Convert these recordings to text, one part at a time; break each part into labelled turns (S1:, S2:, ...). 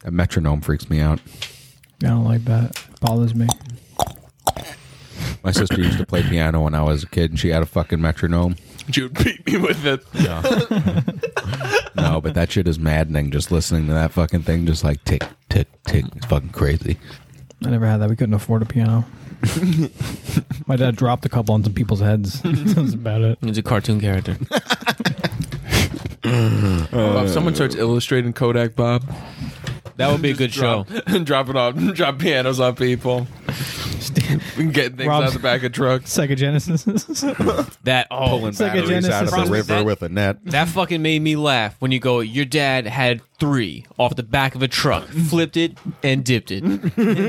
S1: That metronome freaks me out.
S2: I don't like that. It bothers me.
S1: My sister used to play piano when I was a kid, and she had a fucking metronome.
S3: Jude beat me with it.
S1: No, but that shit is maddening. Just listening to that fucking thing, just like tick, tick, tick. It's fucking crazy.
S2: I never had that. We couldn't afford a piano. My dad dropped a couple on some people's heads. That's about it.
S4: He's a cartoon character.
S3: Bob, someone starts illustrating Kodak Bob.
S4: That would be a good show.
S3: Drop, drop it off. Drop pianos on people. We can get things
S2: Rob's-
S3: out the back of trucks.
S2: Psychogenesis.
S4: That oh,
S1: Pulling
S2: like a
S1: batteries out of the
S2: Genesis
S1: river
S4: That-
S1: with a net.
S4: That fucking made me laugh when you go, your dad had three off the back of a truck, flipped it, and dipped it.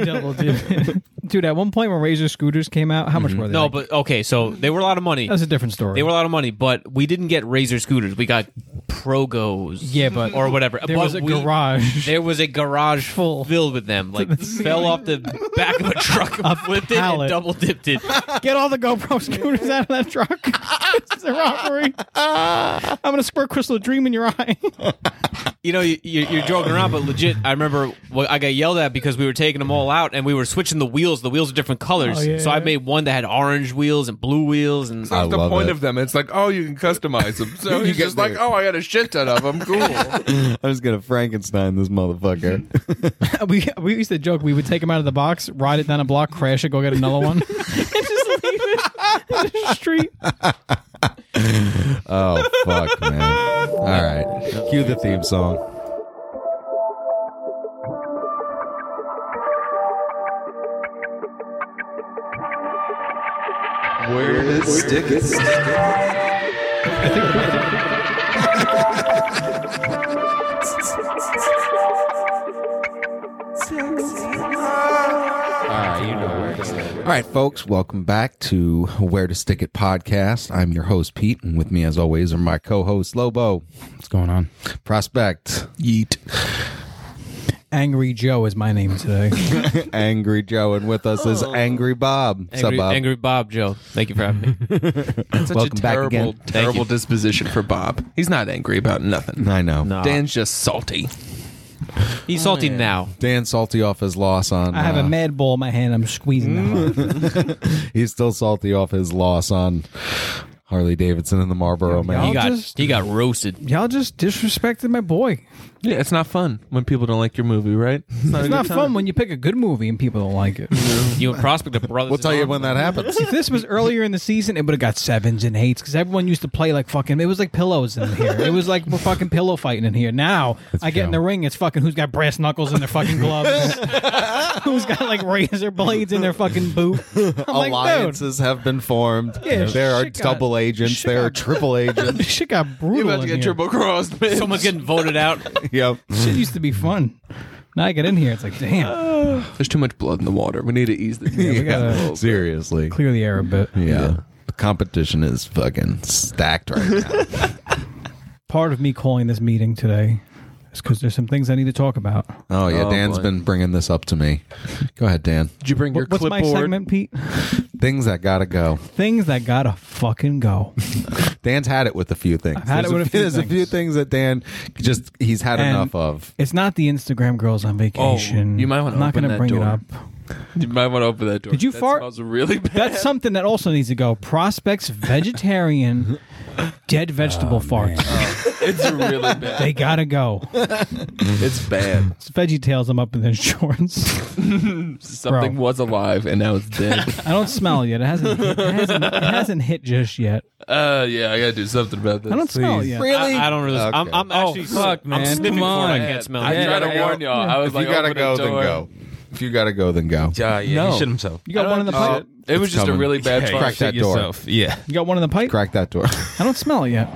S2: Double dip. Dude, at one point when Razor scooters came out, how much were they?
S4: Mm-hmm. No,
S2: Like,
S4: but okay, so they were a lot of money.
S2: that's a different story.
S4: They were a lot of money, but we didn't get Razor scooters. We got Progos.
S2: Yeah, but-
S4: or whatever.
S2: there
S4: But
S2: was a
S4: we-
S2: garage.
S4: There was a garage
S2: Full.
S4: filled with them. Like fell off the back of a truck, flipped it, and
S2: pallet.
S4: double dipped it.
S2: Get all the GoPro scooters out of that truck. it's a robbery. I'm gonna squirt crystal dream in your eye.
S4: you know, you, you- you're joking around, but legit, I remember well, I got yelled at because we were taking them all out and we were switching the wheels. The wheels are different colors,
S2: Oh, yeah,
S4: so I
S2: yeah.
S4: made one that had orange wheels and blue wheels, and
S1: I
S3: That's the
S1: love
S3: point
S1: it.
S3: of them. It's like, oh, you can customize them. So
S1: You
S3: he's
S1: get
S3: just like,
S1: there.
S3: oh, I got a shit ton of them. Cool.
S1: I'm just gonna Frankenstein this motherfucker.
S2: we we used to joke we would take them out of the box, ride it down a block, crash it, go get another one, and just leave it in the street.
S1: oh fuck, man! All right, cue the theme song. All right, folks, welcome back to Where to Stick It podcast. I'm your host Pete, and with me, as always, are my co-host Lobo
S5: What's going on?
S1: Prospect
S5: Yeet.
S2: Angry Joe is my name today.
S1: Angry Joe, and with us
S2: Oh.
S1: is Angry Bob. What's up,
S4: angry,
S1: Bob?
S4: angry Bob Joe. Thank you for having me.
S3: That's such
S1: Welcome
S3: a
S1: back
S3: terrible,
S1: again.
S3: terrible disposition for Bob. He's not angry about nothing.
S1: I know.
S4: No.
S3: Dan's just salty.
S4: He's salty now.
S1: Dan salty off his loss on.
S2: I have a
S1: uh,
S2: mad ball in my hand. I'm squeezing them.
S1: He's still salty off his loss on Harley Davidson and the Marlboro
S4: He
S1: Man.
S4: got
S2: just-
S4: he got roasted.
S2: Y'all just disrespected my boy.
S3: Yeah, it's not fun when people don't like your movie, right? It's not,
S2: It's not fun when you pick a good movie and people don't like it.
S4: You and Prospect are brothers.
S1: We'll
S4: in
S1: tell you
S4: arms.
S1: when that happens.
S2: if this was earlier in the season, it would have got sevens and eights because everyone used to play like fucking. It was like pillows in here. It was like we're fucking pillow fighting in here. Now I get in the
S1: true.
S2: ring, it's fucking who's got brass knuckles in their fucking gloves, who's got like razor blades in their fucking boot. I'm like, dude,
S1: Alliances have been formed.
S2: Yeah,
S1: there are
S2: shit got-
S1: double agents.
S2: shit
S1: There are
S2: got-
S1: triple agents.
S2: this shit got brutal.
S3: You're about to
S2: in
S3: get
S2: here.
S3: triple crossed, man.
S4: Someone's getting voted out.
S1: yep.
S2: Shit used to be fun. Now I get in here, it's like, damn,
S3: There's too much blood in the water. We need to ease the.
S2: we gotta
S1: Seriously.
S2: Oh. clear the air a bit.
S1: Yeah. The competition is fucking stacked right now.
S2: Part of me calling this meeting today is because there's some things I need to talk about.
S1: Oh yeah,
S3: Oh,
S1: Dan's
S3: boy.
S1: been bringing this up to me. Go ahead, Dan.
S3: Did you bring your
S2: What- What's my
S3: clipboard?
S2: segment, Pete?
S1: Things that gotta go.
S2: Things that gotta fucking go.
S1: Dan's had it with a few things.
S2: had it
S1: There's
S2: with a few
S1: There's a
S2: things.
S1: few things that Dan just he's had
S2: And-
S1: enough of.
S2: It's not the Instagram girls on vacation.
S3: Oh, you might wanna
S2: I'm not
S3: open
S2: gonna
S3: that
S2: bring
S3: door.
S2: it up.
S3: You might want to open that door.
S2: Did you
S3: that
S2: fart?
S3: Smells really bad.
S2: That's something that also needs to go. Prospects vegetarian dead
S3: Oh,
S2: vegetable farts.
S3: It's really bad.
S2: They gotta go.
S3: It's bad.
S2: It's Veggie Tales. I'm up in the insurance.
S3: Something
S2: Bro.
S3: was alive and now it's dead.
S2: I don't smell it yet. It hasn't. It hasn't, it hasn't hit just yet.
S3: uh, yeah, I gotta do something about this.
S2: I don't smell it yet.
S1: Really?
S4: I, I don't really.
S1: Okay.
S4: I'm, I'm actually.
S5: fuck,
S4: I'm
S5: man.
S4: sniffing
S5: Come
S4: for it. I
S5: on.
S4: can't smell.
S3: I
S4: it.
S5: Yeah.
S3: tried to
S5: gotta
S3: warn
S5: go.
S3: y'all. I was
S1: if
S3: like,
S1: you gotta
S3: open
S1: go,
S3: the
S1: then
S3: door.
S1: go. If you gotta go, then go.
S5: Yeah, yeah.
S3: No.
S5: He shit himself.
S2: You got one in the
S3: Uh,
S2: pipe.
S3: it was just
S1: coming.
S3: a really bad
S5: Hey,
S3: fart.
S1: crack that
S5: shit
S1: door.
S5: yourself. Yeah.
S2: you got one in the pipe.
S1: Crack that door.
S2: I don't smell it yet.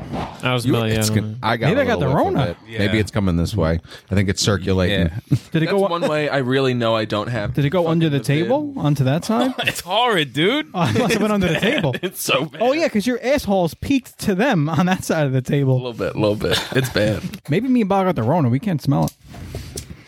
S4: I was smelling.
S1: It's
S4: it.
S1: con- I got
S2: Maybe
S1: a
S2: I got
S1: little
S2: the
S1: whiff of
S2: Rona.
S1: it.
S5: Yeah.
S1: Maybe it's coming this way. I think it's circulating.
S5: Yeah.
S2: Did it
S3: That's
S2: go?
S3: one way I really know I don't have.
S2: Did it go under the,
S3: bin.
S2: table onto that side?
S5: It's horrid, dude.
S2: Oh, I must have went under the table.
S3: It's so bad.
S2: Oh yeah, because your assholes peaked to them on that side of the table.
S3: A little bit, a little bit. It's bad.
S2: Maybe me and Bob got the Rona. We can't smell it.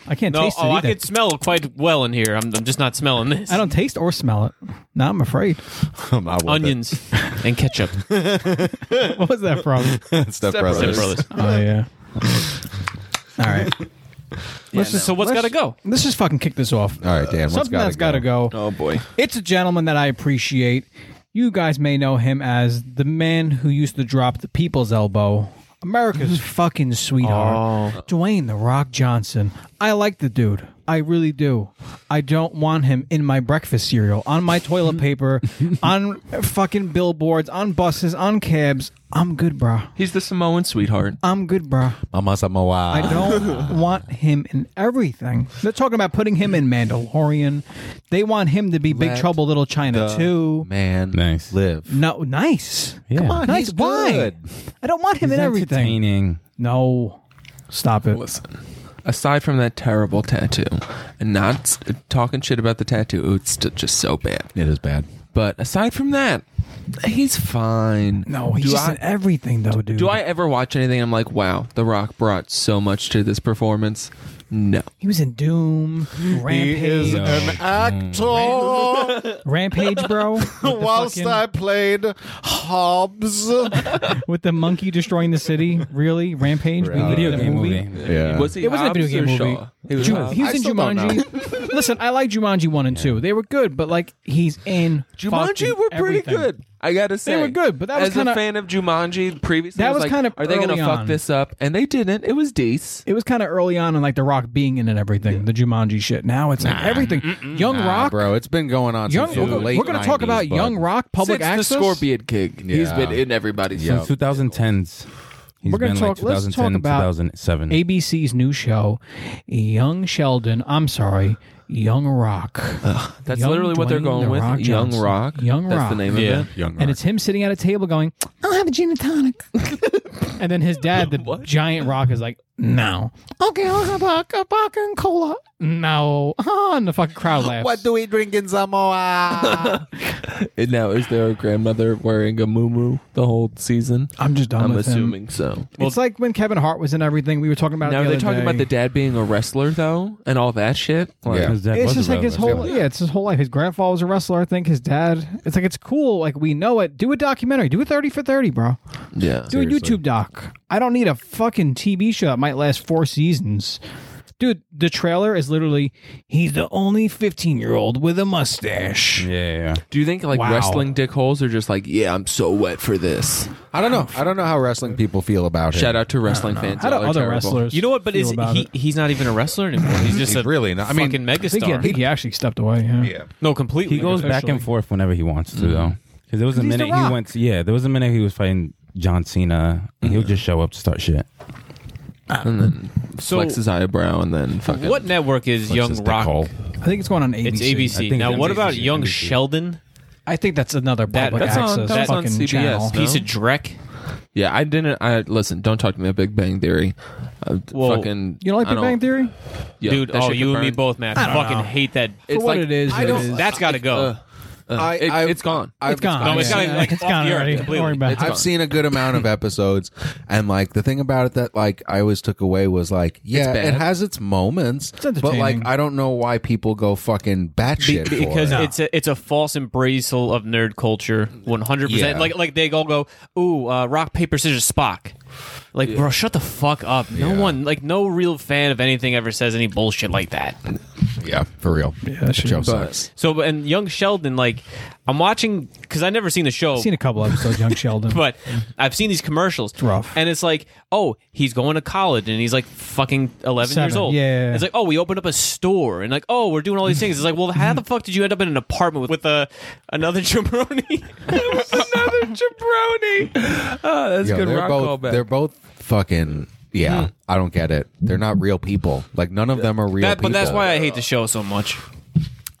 S2: I can't
S4: No,
S2: taste it
S4: oh, I
S2: either. I,
S4: could smell quite well in here. I'm, I'm just not smelling this.
S2: don't taste or smell it. Now I'm afraid.
S1: I'm not with it.
S4: Onions and ketchup.
S2: What was that from?
S1: Step Oh,
S3: Step Brothers.
S1: brothers.
S4: Brothers.
S2: Oh yeah. All right.
S4: Let's just- so what's got to go?
S2: Let's just fucking kick this off.
S1: All right, Dan.
S2: Something that's got to go.
S3: Oh boy.
S2: It's a gentleman that I appreciate. You guys may know him as the man who used to drop the people's elbow. America's fucking sweetheart. Dwayne The Rock Johnson. I like the dude. I really do. I don't want him in my breakfast cereal, on my toilet paper, on fucking billboards, on buses, on cabs. I'm good, bruh.
S3: He's the Samoan sweetheart.
S2: I'm good, bruh.
S1: Mama Samoa.
S2: I don't want him in everything. They're talking about putting him in Mandalorian. They want him to be Big
S1: Let
S2: Trouble Little China too.
S1: Man,
S5: Nice.
S1: Live.
S2: No, nice.
S5: Yeah.
S2: Come on, nice.
S1: he's
S2: Why?
S1: good.
S2: I don't want him in everything.
S5: Entertaining.
S2: No, stop it.
S3: Listen. Aside from that terrible tattoo, and not s- talking shit about the tattoo, it's st- just so bad.
S1: It is bad.
S3: But aside from that, he's fine.
S2: No, he's
S3: do
S2: just
S3: I,
S2: in everything though, dude.
S3: do I ever watch anything? I'm like, wow, The Rock brought so much to this performance. No,
S2: He was in Doom, Rampage,
S6: actor.
S2: Rampage, bro. with the
S6: Whilst
S2: fucking-
S6: I played Hobbs,
S2: with the monkey destroying the city, really? Rampage,
S1: Right.
S2: video
S1: The
S2: game movie. Uh,
S1: Yeah.
S3: was he?
S2: It wasn't a
S3: Hobbs
S2: video game
S3: or
S2: movie.
S3: Shaw? He was
S2: Ju-
S3: Hobbs.
S2: he was
S6: I
S2: in
S6: still don't
S2: Jumanji. Listen, I like Jumanji one and two. They were good, but like he's in
S3: Jumanji
S2: fucking
S3: were pretty
S2: everything.
S3: good. I gotta say
S2: were good, but that was
S3: as
S2: kinda-
S3: a fan of Jumanji previously.
S2: That
S3: I
S2: was
S3: like,
S2: kinda
S3: Are they gonna
S2: early on.
S3: fuck this up? And they didn't. It was Dees.
S2: It was kind of early on in like the Rock being in and everything, the Jumanji shit. Now it's like everything. Young
S1: Nah,
S2: Rock,
S1: bro. It's been going on
S2: Young.
S1: since
S2: We're,
S1: the late
S2: going to talk
S1: 90s,
S2: about
S1: bud.
S2: Young Rock public
S3: Since
S2: access.
S3: the Scorpion gig, he's
S1: Yeah.
S3: been in everybody's.
S5: Since 2010s. He's
S2: We're gonna
S5: been
S2: talk-
S5: like
S2: let's
S5: 2010
S2: talk about
S5: 2007.
S2: ABC's new show, Young Sheldon. I'm sorry, Young Rock,
S3: That's
S2: Young
S3: literally what they're
S2: Dwayne
S3: going
S2: The
S3: with.
S2: Rock
S3: Young
S2: Johnson.
S3: Rock.
S2: Young
S3: That's
S2: Rock.
S3: the name
S5: Yeah.
S3: of it.
S1: Young
S2: and it's him sitting at a table going, "I'll have a gin and tonic," and then his dad, the giant rock, is like, "No, okay, I'll have a, a vodka and cola." No, and the fucking crowd laughs.
S6: what do we drink in Samoa?
S3: And now, is there a grandmother wearing a muumuu the whole season?
S2: I'm just done
S3: I'm
S2: with him.
S3: assuming so.
S2: it's like when Kevin Hart was in everything. We were talking about. it
S3: Now,
S2: the
S3: are they
S2: other
S3: talking about
S2: day.
S3: the dad being a wrestler though, and all that shit? Like,
S1: Yeah.
S5: His dad
S2: It's
S5: was
S2: just
S5: a
S2: like his
S5: wrestler.
S2: whole yeah, it's his whole life. His grandfather was a wrestler, I think. His dad. It's like it's cool. Like we know it. Do a documentary. Do a thirty for thirty, bro.
S3: yeah.
S2: Do a YouTube doc. I don't need a fucking TV show that might last four seasons. Dude, the trailer is literally he's the only 15 year old with a mustache.
S5: Yeah, yeah,
S3: Do you think like
S2: Wow.
S3: wrestling dick holes are just like, yeah, I'm so wet for this?
S1: I don't know. I don't know how wrestling people feel about
S3: Shout
S1: him.
S3: out to wrestling fans.
S2: How do
S3: Y'all are
S2: other
S3: terrible.
S2: wrestlers?
S4: You know what? But
S2: feel
S4: is
S2: about
S4: he?
S2: it?
S4: He's not even a wrestler anymore. He's just
S1: He's
S4: a
S1: really not. I mean,
S4: fucking
S2: I think, he, I
S4: megastar.
S2: think he actually stepped away. Yeah.
S4: no, completely.
S5: He goes back
S2: officially.
S5: and forth whenever he wants to, though. Because Mm-hmm. there was a
S2: He's The
S5: minute
S2: Rock.
S5: he went. yeah, there was a minute he was fighting John Cena, and Mm-hmm. he would just show up to start shit.
S3: And then
S4: So-
S3: flex his eyebrow and then fucking.
S4: What network is Young
S5: Just the
S4: Rock?
S5: call.
S2: I think it's going on ABC.
S4: It's ABC.
S5: think
S4: Now,
S5: it's
S4: what
S5: NBC.
S4: about Young
S5: NBC.
S4: Sheldon?
S2: I think that's another
S4: That-
S2: public
S4: that's
S2: access
S4: on- that's on
S2: fucking
S3: CBS,
S2: channel.
S3: no?
S4: Piece of Drek.
S3: Yeah, I didn't. I listen. Don't talk to me about Big Bang Theory. I
S4: Whoa.
S3: fucking.
S2: You don't like
S3: I
S2: Big Bang Theory?
S3: Yeah,
S4: Dude,
S3: that
S4: oh,
S3: shit
S4: you
S3: could
S4: and me
S3: burn.
S4: both, man. I fucking hate that.
S3: It's
S2: For what
S3: like-
S2: it is,
S3: I
S2: it
S3: don't-
S2: is.
S4: That's got to go.
S3: Uh, uh,
S1: I-
S3: it,
S1: I-
S3: has gone.
S1: I've-
S2: it's gone.
S4: No, it's
S2: Yeah.
S4: gotta be, like,
S2: It's
S4: off
S2: gone
S4: the air
S2: already. Don't
S4: completely.
S2: worry about
S4: It's
S2: it.
S1: I've seen a good amount of episodes, and like the thing about it that like I always took away was like, yeah,
S3: bad.
S1: it has its moments, but like
S2: entertaining.
S1: I don't know why people go fucking batshit
S4: Be- because
S1: for it.
S4: it's a it's a false embracel of nerd culture, one hundred
S1: Yeah.
S4: percent. Like like they all go, ooh, uh, rock paper scissors Spock. Like bro, shut the fuck up. No
S1: Yeah.
S4: one, like no real fan of anything ever says any bullshit like that.
S1: yeah, for real. Yeah, that
S2: shit
S1: show
S3: sucks.
S1: sucks.
S4: So and young Sheldon, like I'm watching because I never seen the show.
S2: I've seen a couple episodes, Young Sheldon.
S4: but I've seen these commercials.
S2: rough.
S4: And it's like, oh, he's going to college and he's like fucking 11 years
S2: Seven,
S4: old.
S2: yeah.
S4: It's like, oh, we opened up a store and like, oh, we're doing all these things. It's like, well, how the fuck did you end up in an apartment with, with uh, another jabroni?
S3: Another jabroni. Oh, that's
S1: Yo,
S3: good.
S1: they're
S3: rock
S1: both
S3: callback.
S1: they're both fucking yeah. I don't get it. They're not real people. Like none of them are real.
S4: That- but that's
S1: people.
S4: why I hate the show so much.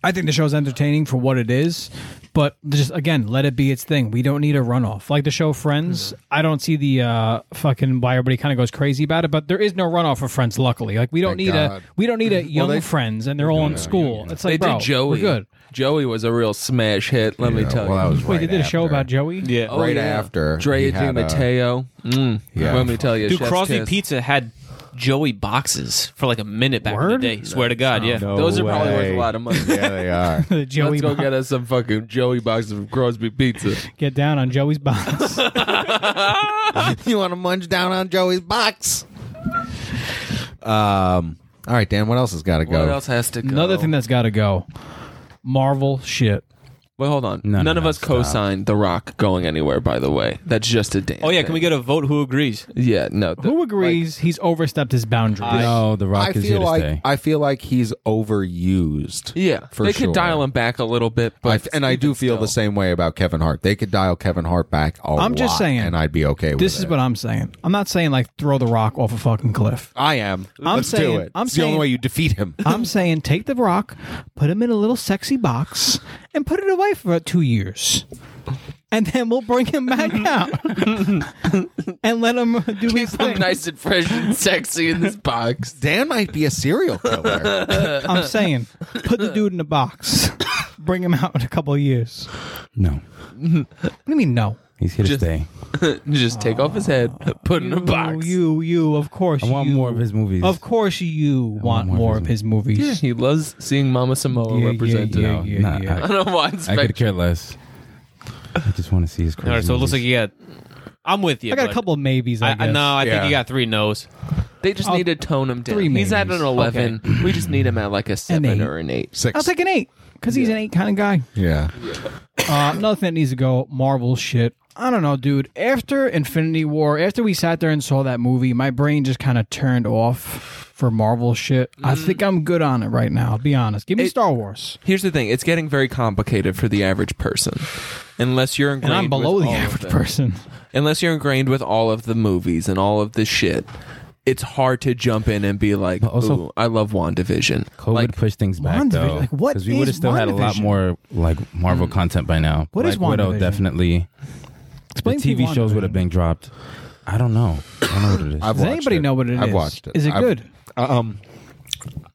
S2: I think the show's entertaining for what it is, but just again, let it be its thing. We don't need a runoff. Like the show Friends,
S3: Mm-hmm.
S2: I don't see the uh, fucking why everybody kind of goes crazy about it, but there is no runoff for Friends. Luckily, like we don't
S1: Thank
S2: need
S1: God.
S2: a we don't need a young
S3: they-
S2: Friends, and they're all in school. It's like
S3: they
S2: bro,
S3: did Joey.
S2: We're good.
S3: Joey was a real smash hit. Let me
S1: Yeah,
S3: tell
S1: well, that
S3: you.
S1: was
S2: Wait,
S1: right
S2: they did a show
S1: after.
S2: about Joey.
S4: Yeah.
S3: Oh,
S1: right
S3: yeah.
S1: after he
S3: Drea Di
S1: had a-
S3: Matteo. Mm.
S1: Yeah.
S3: Let me tell you,
S4: Dude,
S3: Chef's
S4: Crosby
S3: kiss.
S4: Pizza had Joey boxes for like a minute back in
S2: Word?
S4: the day. Swear to God, yeah.
S3: Those are probably worth
S1: way.
S3: a lot of money.
S1: yeah, they are.
S2: The Joey
S3: Let's go
S2: box-
S3: get us some fucking Joey boxes from Crosby Pizza.
S2: get down on Joey's box.
S1: you want to munch down on Joey's box? Um, All right, Dan. What else has got to go?
S3: What else has to go?
S2: Another thing that's got to go. Marvel shit.
S3: Wait, hold on.
S5: No, no,
S3: None of
S5: no,
S3: us
S5: stop.
S3: co-signed The Rock going anywhere. By the way, that's just a damn.
S4: Oh yeah, can we get a vote? Who agrees?
S3: Yeah, no. the-
S2: Who agrees he's overstepped his boundaries?
S5: No, The Rock
S1: I
S5: is here
S1: feel
S5: to
S1: like
S5: stay.
S1: I feel like he's overused.
S3: yeah,
S1: For
S3: they
S1: sure.
S3: could dial him back a little bit,
S1: I
S3: but
S1: f- and I do feel the same way about Kevin Hart. They could dial Kevin Hart back a
S2: I'm just
S1: lot,
S2: saying,
S1: and I'd be okay with
S2: this is
S1: it.
S2: what I'm saying. I'm not saying like throw the rock off a fucking cliff.
S1: I am.
S2: I'm
S1: Let's
S2: saying-
S1: do it.
S2: I'm
S1: it's the
S2: saying-
S1: only way you defeat him.
S2: I'm saying take the rock, put him in a little sexy box, and put it away for about two years. And then we'll bring him back out and let him do his
S3: I'm
S2: thing.
S3: nice and fresh and sexy in this box.
S1: Dan might be a serial killer.
S2: I'm saying put the dude in a box, bring him out in a couple of years. What
S5: no,
S2: do you mean no?
S5: he's here
S3: Just-
S5: to stay.
S3: Just take off his head, put in a box.
S2: You, you, of course.
S5: I want
S2: you.
S5: more of his movies.
S2: Of course, you want, more of his movies.
S3: Yeah, he loves seeing Mama Samoa
S2: Yeah, yeah,
S3: represented.
S2: yeah, yeah,
S5: Nah,
S2: yeah.
S3: I don't know why. it's
S5: I, I could
S3: spec-
S5: care less. I just want to see his crazy.
S4: All right, so it looks like
S5: movies.
S4: you got. I'm with you.
S2: I got a
S4: but
S2: couple of maybes. I,
S4: I, I,
S2: guess.
S4: no, I think
S1: Yeah.
S4: you got three no's.
S3: They just
S2: I'll-
S3: need to tone him down.
S2: three
S3: He's at
S2: maybes.
S3: an eleven. We just need him at like a seven
S2: eight.
S3: or an eight.
S1: Six.
S2: I'll take an eight because he's an eight kind of guy.
S1: yeah.
S2: Uh, another thing that needs to go Marvel shit. I don't know, dude. After Infinity War, after we sat there and saw that movie, my brain just kind of turned off for Marvel shit. I think I'm good on it right now. I'll be honest. Give me
S3: It-
S2: Star Wars.
S3: Here's the thing: it's getting very complicated for the average person, unless you're
S2: And
S3: ingrained.
S2: I'm below
S3: with
S2: the
S3: all of
S2: average
S3: it.
S2: person.
S3: Unless you're ingrained with all of the movies and all of the shit, it's hard to jump in and be like,
S5: also-
S3: "Ooh, I love Wandavision."
S5: COVID
S3: like,
S5: pushed things back
S2: WandaVision,
S5: though.
S2: like, what
S5: we
S2: is
S5: would have still had a lot
S2: WandaVision? Mm.
S5: more like Marvel content by now.
S2: What
S5: What
S2: is
S5: is Widow
S2: WandaVision?
S5: definitely.
S2: Explain to
S5: the
S2: me
S5: TV shows would have
S2: WandaVision.
S5: been dropped. I don't know. I don't know what it is.
S1: I've
S2: Does
S1: watched
S2: anybody
S1: it.
S2: know what it is?
S1: I've watched it.
S2: Is it
S1: I've-
S2: good?
S1: Um,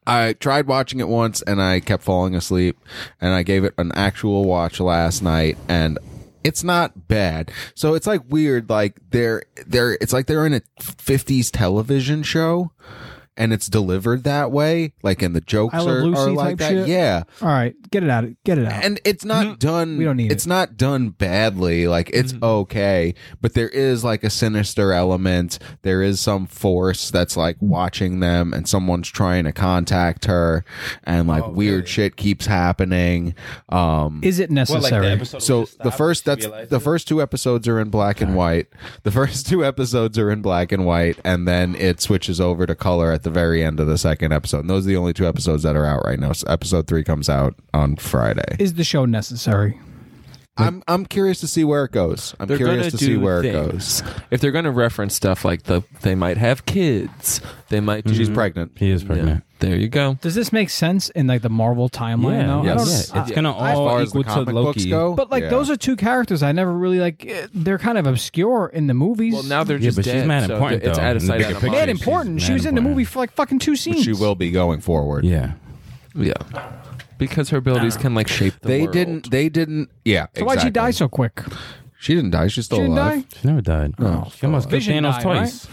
S1: I tried watching it once and I kept falling asleep. And I gave it an actual watch last night, and it's not bad. So it's like weird. Like they're they're it's like they're in a '50s television show, and it's delivered that way. Like and the jokes
S2: I Love
S1: are, are
S2: Lucy
S1: like
S2: type
S1: that.
S2: shit?
S1: Yeah.
S2: All right, get it out. Get it out.
S1: and it's not done
S2: Mm-hmm. We don't need
S1: it's
S2: it. Mm-hmm.
S1: not done badly like it's okay but there is like a sinister element there is some force that's like watching them and someone's trying to contact her and like
S2: Oh,
S1: weird shit keeps happening um
S2: Is it necessary?
S1: so the first that's the first two episodes are in black and white the first two episodes are in black and white and then it switches over to color at the very end of the second episode and those are the only two episodes that are out right now so episode three comes out on friday
S2: is the show necessary?
S1: I'm I'm curious to see where it goes. I'm
S3: They're
S1: curious
S3: gonna
S1: to
S3: do
S1: see where it
S3: things.
S1: goes.
S3: If they're going to reference stuff like the, they might have kids. They might. Do,
S1: She's pregnant.
S5: He is
S3: Mm-hmm. Yeah.
S5: pregnant.
S3: There you go.
S2: Does this make sense in like the Marvel timeline? though? I
S5: yeah.
S2: don't,
S1: yes.
S5: it's gonna
S1: As
S5: all
S1: far as
S5: Oh, equal
S1: the
S5: to
S1: comic books
S5: Loki.
S1: go,
S2: But like those are two characters I never really like. eh, They're kind of obscure in the movies.
S3: Well, now they're
S5: Yeah,
S3: just
S5: but she's
S3: dead,
S5: mad
S3: so
S5: important,
S3: It's
S5: though,
S3: out of
S5: in the
S3: sight.
S5: bigger
S3: out of
S5: picture.
S2: mad
S3: mind.
S5: she's
S2: important. She
S5: mad
S2: was in the
S5: important.
S2: movie for like fucking two scenes.
S1: she will be going forward.
S5: Yeah,
S3: Yeah, because her abilities can like shape the
S1: They
S3: world.
S1: didn't. They didn't. Yeah.
S2: So why'd she
S1: exactly.
S2: die so quick?
S1: She didn't die. She's
S2: She
S1: still
S2: didn't
S1: alive.
S2: die.
S5: she never died.
S1: Oh,
S5: she almost killed
S2: Vision
S5: Thanos
S2: died,
S5: twice.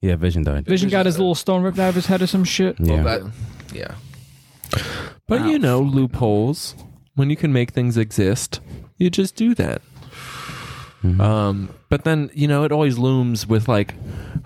S5: Yeah, Vision died.
S2: Vision got his little stone ripped out of his head or some shit.
S5: Yeah,
S1: But
S3: Yeah, but you know loopholes. When you can make things exist, you just do that.
S5: Mm-hmm.
S3: Um, but then you know it always looms with like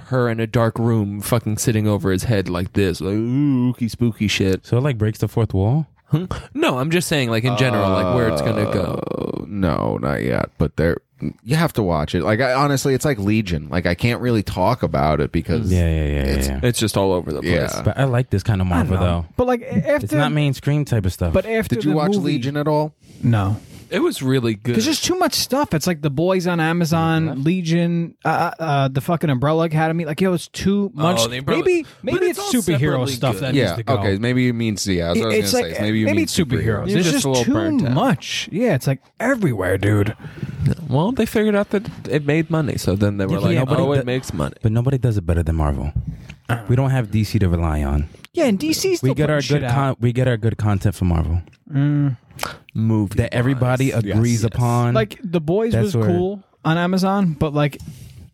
S3: her in a dark room, fucking sitting over his head like this, like ooh, ooky spooky shit.
S5: so it like breaks the fourth wall.
S3: Hmm? No, I'm just saying, like in general, like where it's gonna go.
S5: Oh.
S1: no, not yet. But there, you have to watch it. Like I, honestly, it's like Legion. Like I can't really talk about it because
S5: Yeah, yeah, yeah, yeah.
S1: It's-
S5: yeah.
S3: It's just all over the place.
S1: Yeah.
S5: But I like this kind of Marvel though.
S2: But like after,
S5: It's not mainstream type of stuff.
S2: but after
S1: Did you
S2: the
S1: watch
S2: movie-
S1: Legion at all?
S2: No,
S3: It was really good.
S2: there's just too much stuff. It's like the boys on Amazon, Legion, uh, uh, uh, the fucking Umbrella Academy. Like yo, it's too much.
S3: Oh, the Umbrella-
S2: maybe
S3: but
S2: maybe it's,
S3: it's all
S2: superhero
S3: separately
S2: stuff
S3: good.
S2: that
S1: Yeah.
S2: needs to go.
S1: Okay. Maybe you mean. Yeah. I was, I was
S2: it's
S1: gonna
S2: like
S1: say. Maybe you mean
S2: superheroes.
S3: You're
S2: It's
S3: just
S2: just,
S3: a little
S2: too
S3: burnt out.
S2: much. Yeah, it's like everywhere, dude.
S3: well, they figured out that it made money, so then they were
S5: Yeah, but
S3: like,
S5: nobody
S3: "Oh, it
S5: d-
S3: makes money."
S5: but nobody does it better than Marvel. We don't have DC to rely on.
S2: Yeah, and DC's still
S5: We get our
S2: putting shit
S5: good
S2: out.
S5: con- we get our good content from Marvel
S3: Movie
S5: that everybody agrees upon.
S2: like the boys
S5: That's
S2: was
S5: where-
S2: cool on Amazon, but like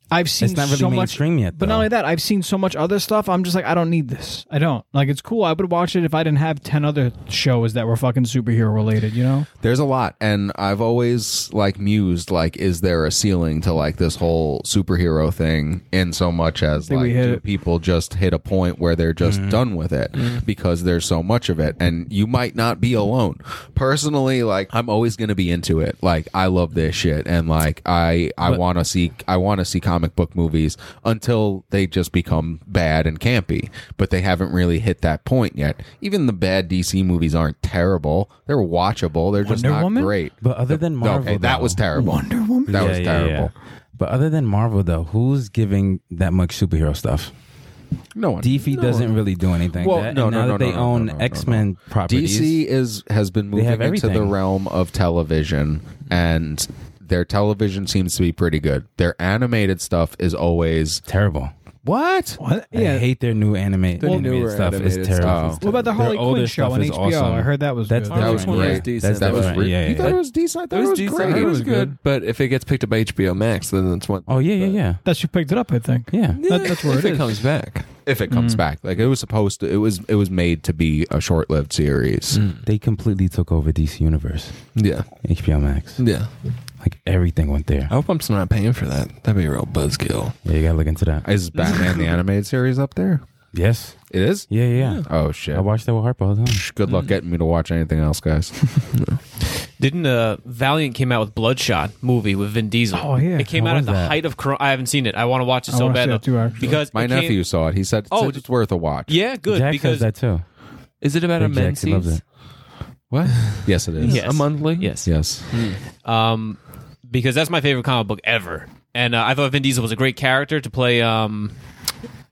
S2: I've seen
S5: not really
S2: so much-
S5: mainstream yet,
S2: But not
S5: though.
S2: only that, I've seen so much other stuff. I'm just like, I don't need this. I don't like. It's cool. I would watch it if I didn't have ten other shows that were fucking superhero related. You know?
S1: There's a lot, and I've always like mused like, is there a ceiling to like this whole superhero thing? In so much as
S2: think
S1: like
S2: we hit
S1: do
S2: it.
S1: people just hit a point where they're just
S5: Mm-hmm.
S1: done with it because there's so much of it, and you might not be alone. Personally, like I'm always going to be into it. Like I love this shit, and like I I want to see I want to see comic book movies until they just become bad and campy. But they haven't really hit that point yet. Even the bad DC movies aren't terrible. They're watchable. They're just
S2: Wonder
S1: not
S2: Woman?
S1: great.
S5: But other than Marvel,
S1: okay, that
S5: though-
S1: was terrible. Wonder Woman. That
S5: Yeah,
S1: was
S5: yeah,
S1: terrible.
S5: yeah. But other than Marvel, though, who's giving that much superhero stuff?
S1: No one.
S5: DC doesn't really do anything.
S1: Well,
S5: that,
S1: no,
S5: and
S1: no,
S5: now
S1: no,
S5: that
S1: no,
S5: they
S1: no,
S5: own
S1: no, no, no.
S5: X Men properties,
S1: DC is has been moving
S5: have
S1: into the
S5: everything.
S1: realm of television, and their television seems to be pretty good. Their animated stuff is always
S5: terrible.
S1: what?
S2: What?
S5: I hate their new anime.
S7: The
S5: animated
S7: newer
S5: stuff
S7: animated
S5: is terrible.
S7: stuff.
S1: Oh.
S2: What about the
S5: Their
S2: Harley
S5: older
S2: Quinn show
S5: stuff
S2: on
S5: is
S2: HBO?
S5: awesome.
S2: I heard that was
S5: That's
S2: good.
S5: different.
S1: That was
S7: Which one was
S1: great.
S7: decent?
S1: That was
S5: Right,
S1: re-
S5: yeah, yeah.
S1: You thought it was decent. I thought it was,
S7: decent.
S1: great.
S7: It was
S3: It's good, but if it gets picked up by HBO Max, then that's one.
S5: Oh yeah, yeah, yeah,
S2: That's you picked it up, I think.
S5: yeah.
S2: That, that's where
S3: if
S2: it
S3: it
S2: is.
S3: comes back.
S1: If it comes back, like it was supposed to, it was it was made to be a short-lived series.
S5: Hmm. They completely took over DC Universe,
S3: Yeah,
S5: HBO Max.
S3: yeah.
S5: Like everything went there.
S3: I hope I'm still not paying for that. That'd be a real buzzkill.
S5: Yeah, you gotta look into that.
S1: Is Batman the animated series up there?
S5: yes.
S1: It is.
S5: Yeah, yeah. yeah.
S1: Oh shit!
S5: I watched that with Harpo all the time.
S1: Good luck getting me to watch anything else, guys.
S4: Didn't uh, Valiant came out with Bloodshot movie with Vin Diesel?
S2: Oh, yeah.
S4: it came
S5: How
S4: out at
S5: was
S4: the
S5: that?
S4: height of. Corona. I haven't seen it. I want to watch it
S2: I
S4: so
S2: wanna see
S4: bad
S2: that too, actually.
S4: because
S1: My
S4: it came-
S1: nephew saw it. He said,
S4: Oh,
S1: it's, it's worth a watch.
S4: Yeah, good
S5: Jack
S4: because
S5: says that too.
S3: Is it about a
S5: Big Jack,
S3: men's
S5: he loves it.
S3: What?
S1: Yes, it is.
S4: Yes.
S3: A monthly?
S4: yes,
S1: Yes.
S4: um, because that's my favorite comic book ever, and uh, I thought Vin Diesel was a great character to play. Um,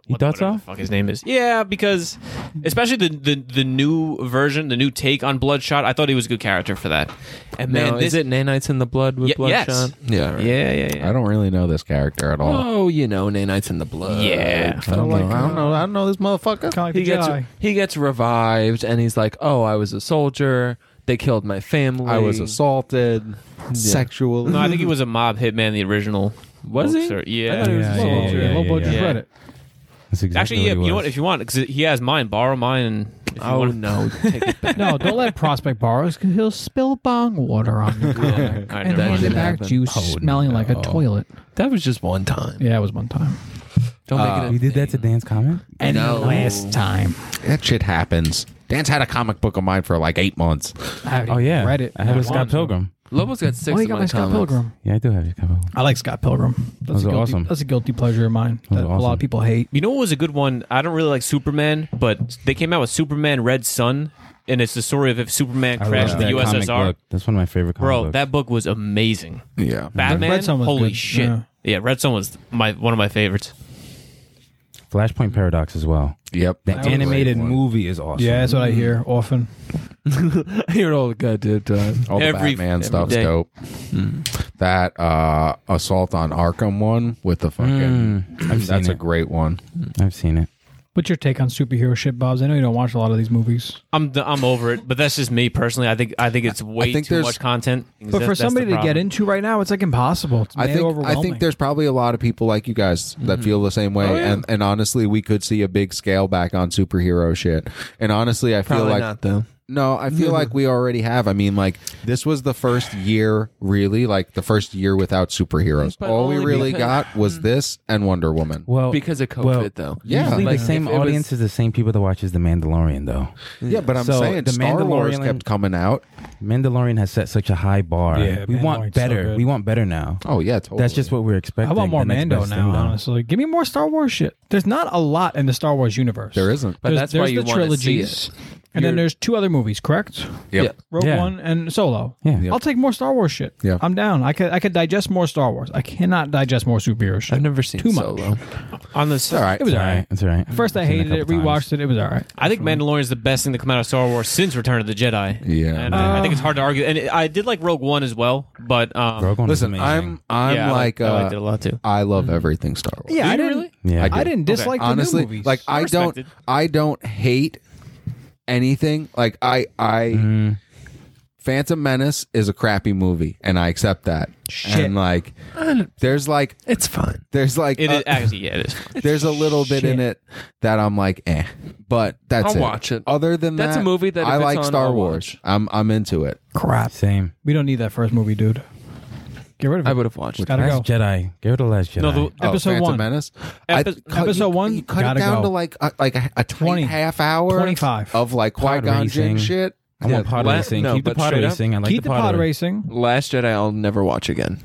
S5: You thought
S4: whatever
S5: so?
S4: the fuck his name is. Yeah, because especially the, the the new version, the new take on Bloodshot, I thought he was a good character for that. And man,
S3: now,
S4: this,
S3: is it nanites in the blood with
S4: Ye- yes.
S3: bloodshot? Yeah. right.
S4: Yeah, yeah, yeah.
S1: I don't really know this character at all.
S3: Oh, you know, nanites in the blood.
S4: Yeah.
S3: I don't know.
S1: I don't know. I don't know this motherfucker.
S2: Kind of like
S3: He
S2: the
S3: gets
S2: Jedi.
S3: he gets revived, and he's like, "Oh, I was a soldier. They killed my family.
S1: I was assaulted sexually.
S4: No, I think he was a mob hitman, the original.
S3: Was he?
S4: boxer.
S3: I thought he
S4: Yeah.
S3: was a
S5: Yeah,
S2: Low
S5: yeah,
S3: soldier.
S5: yeah,
S2: budget, low
S5: yeah,
S2: budget
S5: yeah.
S2: credit.
S5: That's exactly
S4: Actually, yeah,
S5: what he
S4: you know
S5: was.
S4: what? If you want, because he has mine, borrow mine. and If you
S3: Oh
S4: want.
S3: no! Take it back.
S2: No, don't let Prospect borrow because he'll spill bong water on you
S4: All
S2: and
S4: right, never
S2: hand
S3: did
S4: mind.
S2: it back
S3: happen.
S2: to you, smelling like a toilet.
S3: That was just one time. Uh,
S2: Yeah, it was one time.
S3: Don't make it. A
S5: You did that to Dan's comment?
S2: And
S3: No.
S2: last time,
S1: that shit happens. Dan's had a comic book of mine for like eight months.
S2: I haven't
S5: Oh
S2: even
S5: yeah,
S2: read it.
S5: I have a
S2: Not
S5: Scott
S2: once.
S5: Pilgrim.
S3: Lobo's got
S2: Oh,
S3: six.
S2: you
S3: of
S2: got
S3: my
S2: my Scott
S3: comments.
S2: Pilgrim.
S5: Yeah, I do have your Scott Pilgrim.
S2: I like Scott Pilgrim. That's
S5: Those
S2: a
S5: are
S2: guilty,
S5: awesome.
S2: That's a guilty pleasure of mine.
S5: Those
S2: That
S5: are
S2: a lot
S5: awesome.
S2: of people hate.
S4: You know what was a good one? I don't really like Superman, but they came out with Superman Red Sun, and it's the story of if Superman
S5: I
S4: crashed
S5: love
S4: the
S5: that comic
S4: USSR.
S5: book. That's one of my favorite comic
S4: Bro,
S5: books. Mm-hmm.
S4: that book was amazing.
S1: Yeah.
S4: Batman,
S2: Red Sun was
S4: holy
S2: good.
S4: shit!
S2: Yeah.
S4: Yeah. Red Sun was my one of my favorites.
S5: Flashpoint Paradox as well.
S1: Yep.
S5: The
S1: That's a
S5: animated
S1: great one.
S5: movie is awesome.
S2: Yeah, that's what I hear often.
S3: I hear it all the goddamn time.
S1: All the
S4: every-
S1: Batman
S4: every
S1: stuff's
S4: day.
S1: dope. Mm-hmm. That uh, assault on Arkham one with the fucking.
S5: I've
S1: that's
S5: seen
S1: a
S5: it.
S1: great one.
S5: I've seen it.
S2: What's your take on superhero shit, Bob's? I know you don't watch a lot of these movies,
S4: I'm d- I'm over it, but that's just me personally. I think I think it's way
S1: think
S4: too
S1: there's-
S4: much content.
S2: but for somebody to get into right now, it's like impossible. It's
S1: I
S2: made
S1: think I
S2: overwhelming.
S1: think there's probably a lot of people like you guys that feel the same way, and and honestly, we could see a big scale back on superhero shit. And honestly, I feel
S3: Probably
S1: like
S3: not though.
S1: No, I feel like we already have. I mean, like this was the first year, really, like the first year without superheroes.
S3: But
S1: All we
S3: only
S1: really
S3: because-
S1: got was this and Wonder Woman.
S5: Well,
S3: Because of COVID,
S5: well,
S3: though.
S1: Yeah.
S5: usually
S3: Like,
S5: the same
S3: if it was-
S5: audience is the same people that watches The Mandalorian, though.
S1: yeah, but I'm
S5: So,
S1: saying
S5: The
S1: Star Wars
S5: Mandalorian-
S1: kept coming out.
S5: Mandalorian has set such a high bar.
S2: Yeah,
S5: we want
S2: Mandalorian's so
S5: better.
S2: good.
S5: we want better now.
S1: Oh yeah, totally.
S5: That's just what we're expecting.
S2: How about more
S5: The next
S2: Mando
S5: best
S2: now?
S5: thing, though.
S2: honestly, give me more Star Wars shit. There's not a lot in the Star Wars universe.
S1: there isn't.
S3: But
S2: there's,
S3: that's
S2: there's
S3: why you
S2: the
S3: want to see it.
S2: trilogies, and then
S3: You're-
S2: there's two other movies, correct?
S1: Yep.
S2: Rogue
S5: Yeah.
S2: One and Solo.
S5: Yeah. Yep.
S2: I'll take more Star Wars shit.
S1: Yeah.
S2: I'm down. I could I could digest more Star Wars. I cannot digest more superhero shit.
S3: I've never seen
S2: too much.
S3: Solo.
S4: on this.
S1: All right.
S2: It was
S5: It's
S2: all
S5: all right.
S2: right.
S5: It's all right.
S2: First, I
S5: I've seen
S2: hated it.
S5: couple times.
S2: Rewatched it. It was all right.
S4: I think Mandalorian is the best thing to come out of Star Wars since Return of the Jedi.
S1: Yeah.
S4: and I, I think it's hard to argue. And it- I did like Rogue One as well, but um,
S5: Rogue One is
S1: Listen,
S5: amazing.
S1: I'm I'm
S4: yeah, I
S1: like
S4: I
S1: uh,
S4: liked it a lot too.
S1: I love everything Star Wars.
S2: Yeah, I
S4: you
S2: didn't.
S4: really?
S5: Yeah,
S1: I
S2: I didn't dislike the
S1: honestly
S2: new movies.
S1: like i don't
S4: respected.
S1: i don't hate anything like i i Phantom Menace is a crappy movie, and I accept that.
S2: Shit.
S1: And like, there's like,
S3: It's fine.
S1: there's like,
S4: It
S1: a-
S4: is actually yeah, it is.
S1: there's a little bit in it that I'm like, eh. But that's
S3: I'll
S1: it.
S3: watch it.
S1: Other than
S3: That's
S1: that,
S3: a movie that
S1: I
S3: if it's
S1: like
S3: on,
S1: Star
S3: I'll
S1: Wars.
S3: watch.
S1: I'm I'm into it.
S2: Crap.
S5: Same.
S2: We don't need that first movie, dude. Get rid of it.
S3: I would have watched. it.
S2: Gotta go.
S5: Last Jedi. Go to Last Jedi.
S2: No, the,
S1: Oh,
S2: episode
S1: Phantom
S2: one.
S1: Menace.
S2: Epi-
S1: cut-
S2: episode
S1: you-
S2: one,
S1: You cut it
S2: gotta
S1: down
S2: go.
S1: to like a, like a, a tight
S2: 20,
S1: half hour,
S2: 25.
S1: of like Qui Gon Jinn
S5: racing.
S1: shit.
S5: I want pod
S3: la-
S5: racing.
S3: no,
S5: Keep the
S3: but
S5: pod
S3: straight up,
S5: racing. I like
S2: Keep
S5: the
S2: the pod
S5: racing.
S2: racing.
S3: Last Jedi, I'll never watch again.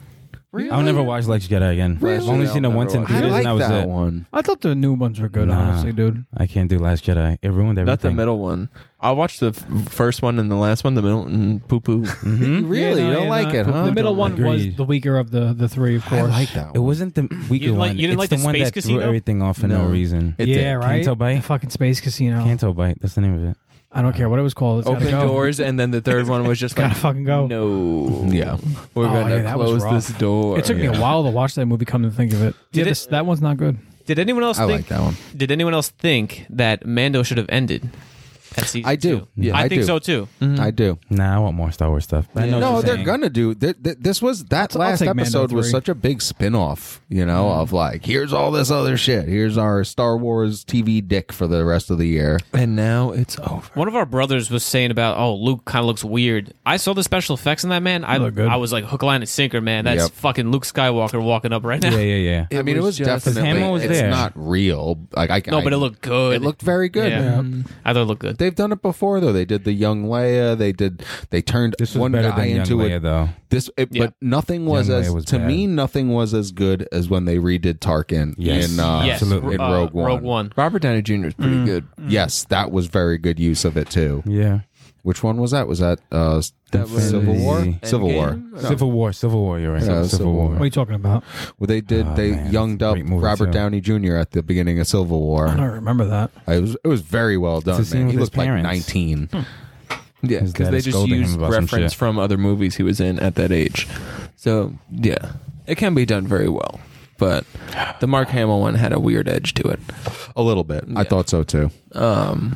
S5: I'll never watch Last Jedi again. I've only
S3: Really?
S5: seen it
S3: I'll
S5: once
S3: never
S5: in
S3: watch it.
S1: I
S5: theaters,
S1: like
S5: and that was
S1: that
S5: it.
S1: one.
S2: I thought the new ones were good,
S5: Nah.
S2: honestly, dude.
S5: I can't do Last Jedi. It ruined everything.
S3: Not the middle one. I'll watch the f- first one and the last one. The middle mm, poo poo.
S1: You really
S2: Yeah, no,
S1: you don't
S2: yeah,
S1: like
S2: no.
S1: it, huh?
S2: The middle one was
S5: Agreed.
S2: the weaker of the the three, of
S1: I
S2: course.
S1: like that.
S5: It
S1: One.
S5: wasn't the weaker
S4: didn't like-
S5: one.
S4: you didn't
S5: it's
S4: like
S5: the,
S4: the
S5: one
S4: space
S5: that
S4: casino?
S5: threw everything off for no,
S1: No.
S5: reason.
S1: It
S2: yeah,
S1: did.
S2: right.
S5: Canto Bay?
S2: The fucking space casino.
S5: Canto Bite. That's the name of it.
S2: I don't care what it was called. It's gotta
S3: Open
S2: go.
S3: doors, and then the third one was just
S2: Gotta
S3: like,
S2: fucking go.
S3: no,
S1: Yeah.
S3: we're
S2: Oh,
S3: gonna
S2: yeah, that was
S3: close
S2: rough.
S3: this door.
S2: It took me a while to watch that movie. Come to think of it, yeah,
S4: Did it-
S2: this- that one's not good.
S4: Did anyone else
S1: I
S4: think
S1: like that one.
S4: Did anyone else think that Mando should have ended at season
S1: I do.
S4: two?
S1: Yeah,
S4: I,
S1: I
S4: think
S1: do. Mm-hmm.
S4: so too.
S1: I do.
S5: Nah, I want more Star Wars stuff. But I know what
S1: No,
S5: you're
S1: they're
S5: saying.
S1: gonna do. Th- th- this was that
S2: I'll
S1: last
S2: take Mando
S1: episode was
S2: three.
S1: such a big spin-off, you know, of like here's all this other shit. Here's our Star Wars TV dick for the rest of the year.
S3: and now it's over.
S4: One of our brothers was saying about, oh, Luke kind of looks weird. I saw the special effects in that man. I
S2: Look good.
S4: I was like hook, line, and sinker, man. That's
S1: Yep.
S4: fucking Luke Skywalker walking up right now.
S5: Yeah, yeah, yeah.
S1: I mean, it was
S3: just-
S1: definitely
S5: Hamill was
S1: it's
S5: there.
S1: not real. Like I
S4: No,
S1: I-
S4: but it looked good.
S1: It looked very good.
S4: Yeah.
S2: Mm-hmm.
S4: I thought it looked good.
S1: They've done it before though. They did the young Leia. They did. They turned
S5: This was
S1: one
S5: better
S1: guy
S5: than Young
S1: into
S5: Leia,
S1: a
S5: though.
S1: This, it,
S4: Yeah.
S1: but nothing was
S5: Young
S1: as
S5: Leia was
S1: to
S5: bad.
S1: me. Nothing was as good as when they redid Tarkin
S5: Yes.
S1: in uh,
S4: yes,
S5: absolutely.
S1: in
S4: uh,
S1: Rogue One.
S4: Rogue One.
S3: Robert Downey Jr. is
S2: Mm.
S3: pretty good.
S1: Yes, that was very good use of it too.
S5: Yeah.
S1: Which one was that? Was that uh,
S5: was-
S1: Civil War?
S5: Endgame?
S1: Civil War.
S5: Civil War. Civil War. You're right.
S1: Yeah,
S5: Civil,
S1: Civil
S5: War.
S2: What are you talking about?
S1: Well, they did.
S5: Ah,
S1: they
S5: man, that's
S1: younged
S5: a
S1: up
S5: great movie,
S1: Robert
S5: too.
S1: Downey Jr. at the beginning of Civil
S2: I don't
S1: War.
S2: remember that.
S1: It was it was very well done.
S5: scene
S1: Man. He
S5: with his
S1: looked like
S5: parents.
S1: nineteen.
S3: Yeah,
S5: His
S3: because
S5: dad
S3: they
S5: is
S3: just
S5: scolding him
S3: used
S5: about some
S3: reference
S5: shit.
S3: from other movies he was in at that age. So yeah, it can be done very well. But the Mark Hamill one had a weird edge to it.
S1: A little bit. I thought so too.
S4: Well,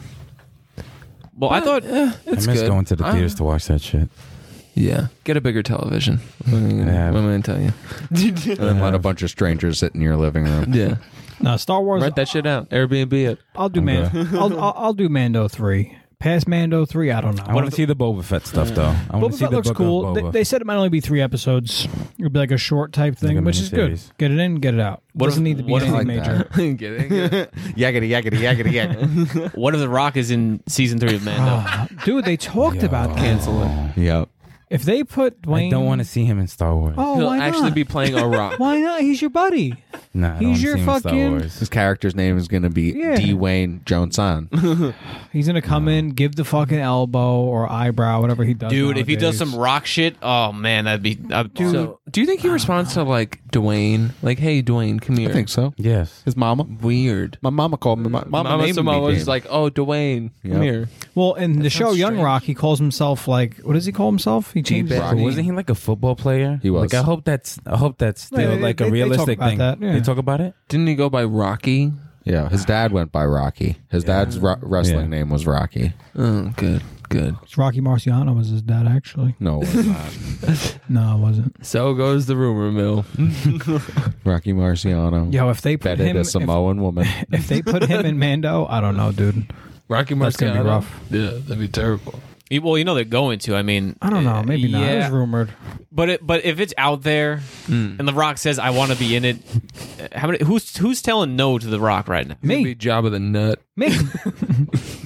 S4: I thought
S5: I miss
S3: good.
S5: going to the
S3: Ah.
S5: theaters to watch that shit.
S3: Yeah, get a bigger television. What am I gonna,
S5: Yeah.
S3: what am I gonna tell you?
S1: And then let a bunch of strangers sit in your living room.
S3: Yeah,
S2: No, Star Wars.
S3: write that shit out. Airbnb it.
S2: I'll do Man. I'll, I'll I'll do Mando three. Past Mando three, I don't know.
S5: I want to see the Boba Fett stuff, though. I want
S2: Boba
S5: to see
S2: Fett
S5: the
S2: looks
S5: book
S2: cool.
S5: of
S2: They,
S5: Boba.
S2: they said it might only be three episodes. It'll be like a short type thing,
S5: Like a
S2: which is good.
S5: miniseries.
S2: Get it in, get it out.
S4: What
S2: doesn't need
S4: if-
S2: to be
S4: what if-
S2: anything
S1: I like
S2: major.
S3: Kidding.
S1: Yaggity yaggity yaggity yaggity.
S4: what if The Rock is in season three of Mando?
S2: Ah, dude, they talked about that.
S3: Cancel it.
S1: yep.
S2: If they put Dwayne,
S5: I don't want to see him in Star Wars.
S2: Oh,
S3: He'll
S2: why
S3: actually
S2: not?
S3: be playing a rock.
S2: Why not? He's your buddy.
S5: Nah, I don't
S2: He's your
S5: wanna see him in
S2: fucking-
S5: Star Wars.
S1: His character's name is going to be
S2: Yeah.
S1: D. Wayne Johnson.
S2: He's gonna come in, give the fucking elbow or eyebrow, whatever he does.
S4: Dude, if he does
S2: nowadays.
S4: some rock shit, oh man, that'd be I'd,
S3: So, do you think he responds to like Dwayne? Like, hey, Dwayne, come here.
S1: I think so.
S5: Yes.
S1: His mama.
S3: Weird.
S1: My mama called me. My, mama,
S3: Mama
S1: named me
S3: Samoa
S1: Dan.
S3: is like, oh, Dwayne,
S1: Yep.
S3: come here.
S2: well, in the show
S3: sounds
S2: Young
S3: strange.
S2: Rock, he calls himself like what does he call himself? He changes.
S5: But
S1: Rocky.
S5: wasn't he like a football player?
S1: He was.
S5: Like I hope that's I hope that's still
S2: Yeah, they-
S5: like
S2: they-
S5: a
S2: they talk
S5: realistic
S2: about
S5: thing.
S2: that, yeah.
S5: They talk about it.
S3: Didn't he go by Rocky?
S1: Yeah, his dad went by Rocky. His dad's ro- wrestling
S5: Yeah.
S1: name was Rocky.
S3: Oh, good, good.
S2: Rocky Marciano was his dad, actually.
S1: No, it was not.
S2: No, it wasn't.
S3: So goes the rumor mill.
S1: Rocky Marciano.
S2: Yo, if they put
S1: Betted
S2: him,
S1: a
S2: if,
S1: Samoan woman.
S2: if they put him in Mando, I don't know, dude.
S3: Rocky
S2: That's gonna be
S3: Marciano.
S2: rough.
S3: Yeah, that'd be terrible.
S4: well, you know they're going to. I mean,
S2: I don't know. Maybe not. It was
S4: Yeah.
S2: rumored.
S4: But it, but if it's out there
S2: Mm.
S4: and The Rock says I want to be in it, uh, how many? Who's who's telling no to The Rock right now?
S3: Me,
S2: Me,
S3: be Jabba the Nut.
S2: me.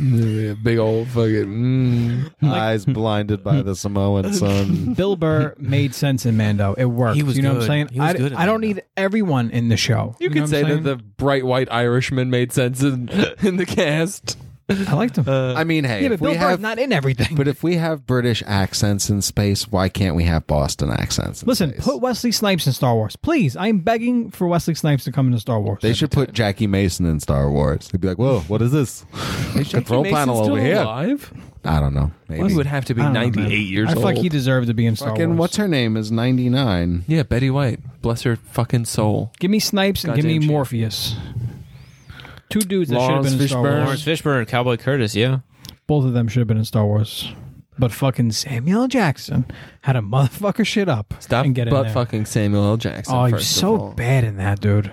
S3: Yeah, Big old fucking. Mm.
S1: Eyes blinded by the Samoan sun.
S2: Bill Burr made sense in Mando. It worked.
S4: He was
S2: you know what
S4: good.
S2: I'm saying?
S4: He was
S2: I,
S4: good in
S2: I don't
S4: Mando.
S2: need everyone in the show.
S3: You,
S2: know
S3: could
S2: what
S3: say
S2: I'm
S3: that the bright white Irishman made sense in, in the cast.
S2: saying? I liked him.
S3: uh,
S1: I mean, hey,
S2: yeah,
S1: if
S2: but Bill
S1: we
S2: Burr's
S1: have,
S2: not in everything.
S1: but if we have British accents in space, why can't we have Boston accents? in
S2: Listen,
S1: space?
S2: put Wesley Snipes in Star Wars, please. I'm begging for Wesley Snipes to come into Star Wars.
S1: they should put Jackie Mason in Star Wars. They'd be like, "Whoa, what is this? Control panel over here."
S3: Alive?
S1: I don't know.
S3: He
S1: Maybe.
S3: would have to be
S2: I don't know,
S3: 98
S2: man.
S3: years
S2: I feel
S3: old.
S2: like he deserved to be in Star
S1: Fucking
S2: Wars.
S1: what's her name is ninety nine.
S3: yeah, Betty White. Bless her fucking soul.
S2: give me Snipes and give
S3: Goddamn
S2: me
S3: shit.
S2: Morpheus. Two dudes that should have
S3: Lawrence
S2: been in Star
S3: Fishburne.
S2: Wars.
S4: Lawrence Fishburne and Cowboy Curtis, yeah.
S2: Both of them should have been in Star Wars. But fucking Samuel L. Jackson had a motherfucker shit up
S3: Stop
S2: and get in
S3: butt
S2: there.
S3: fucking Samuel L. Jackson.
S2: Oh, you're
S3: first of
S2: so
S3: all.
S2: bad in that, dude.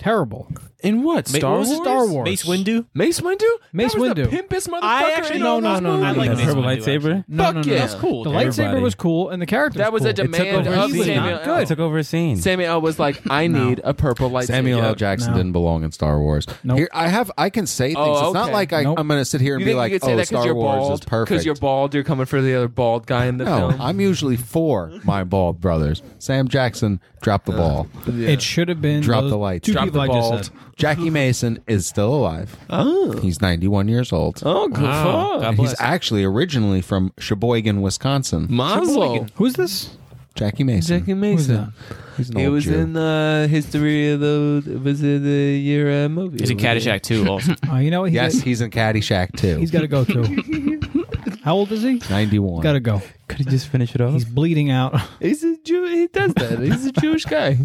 S2: Terrible.
S3: In what?
S4: Ma-
S3: Star
S4: what was it,
S3: Wars?
S2: Star Wars.
S4: Mace Windu.
S3: Mace Windu?
S2: Mace
S3: that was The
S2: Windu.
S3: pimpest motherfucker.
S4: I actually-
S3: in
S4: no,
S3: all
S4: no,
S3: those
S4: no, no, I
S3: movies.
S4: like
S5: That
S4: Mace
S5: purple
S4: Windu,
S5: lightsaber.
S4: actually.
S2: No,
S3: Fuck
S2: no, no,
S3: yeah.
S2: that's cool. The
S3: dude.
S2: lightsaber
S5: Everybody.
S2: was cool, and the character
S3: That was
S2: cool.
S3: a
S5: It took
S3: demand
S5: over a
S3: of
S5: scene.
S3: Samuel.
S5: It took over a scene.
S3: Samuel L. was like, I need a purple lightsaber.
S1: Samuel L. Jackson
S2: No.
S1: didn't belong in Star Wars.
S2: Nope.
S1: Here, I have I can say things.
S3: Oh,
S1: It's not
S3: okay.
S1: like I,
S2: Nope.
S1: I'm going to sit here and
S3: You
S1: be
S3: think
S1: like,
S3: you could say
S1: "Oh,
S3: that because
S1: Star
S3: you're
S1: Wars
S3: bald?
S1: is perfect."
S3: you're bald, you're coming for the other bald guy in the
S1: no,
S3: film.
S1: I'm usually for my bald brothers. Sam Jackson dropped the ball.
S2: It should have been
S1: Drop
S2: those
S1: the lights.
S2: Two
S1: Drop
S2: people
S3: the
S2: I just
S3: bald.
S2: said.
S1: Jackie Mason is still alive. Oh, he's 91 years old.
S3: oh, good
S4: Wow.
S3: fuck.
S4: God
S1: He's
S4: bless.
S1: actually originally from Sheboygan, Wisconsin.
S3: Mazel.
S2: Who's this?
S1: Jackie Mason.
S3: Jackie Mason.
S1: He's an
S3: He
S1: old
S3: was
S1: Jew.
S3: in the history of the was it the year uh, movie?
S4: He's in Caddyshack too. Also,
S2: Oh, you know what? He's
S1: Yes, he's in Caddyshack too.
S2: he's got to go too. How old is he?
S1: 91.
S2: Got to go.
S5: Could he just finish it off?
S2: He's bleeding out.
S3: He's a Jew. He does that. He's a Jewish guy.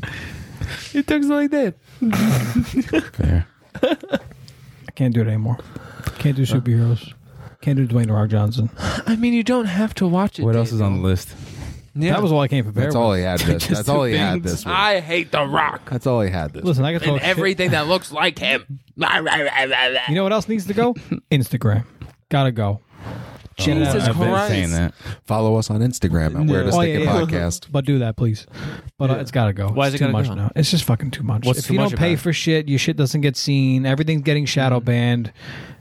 S3: He talks like that.
S5: Fair.
S2: I can't do it anymore. Can't do superheroes. Can't do Dwayne The Rock Johnson.
S3: I mean, you don't have to watch it.
S5: What else
S3: Dave.
S5: is on the list?
S3: Yeah.
S2: That was all I came prepared.
S1: That's
S2: with.
S1: all he had. This. That's all he had this week. Oh,
S3: I hate The Rock
S1: That's all he had this.
S2: Listen, I can talk
S3: and
S2: shit.
S3: everything that looks like him.
S2: You know what else needs to go? Instagram. Gotta go.
S3: Jesus
S5: I've been
S3: Christ.
S5: saying that.
S1: Follow us on Instagram at Where to
S2: Oh,
S1: Stick
S2: yeah,
S1: It
S2: yeah.
S1: Podcast.
S2: But do that, please. But uh, it's got to go.
S4: Why
S2: it's
S4: is it
S2: too much
S4: gotta go?
S2: now? It's just fucking too much.
S4: What's
S2: if
S4: too
S2: you
S4: much
S2: don't pay
S4: about it?
S2: for shit, your shit doesn't get seen. Everything's getting shadow banned.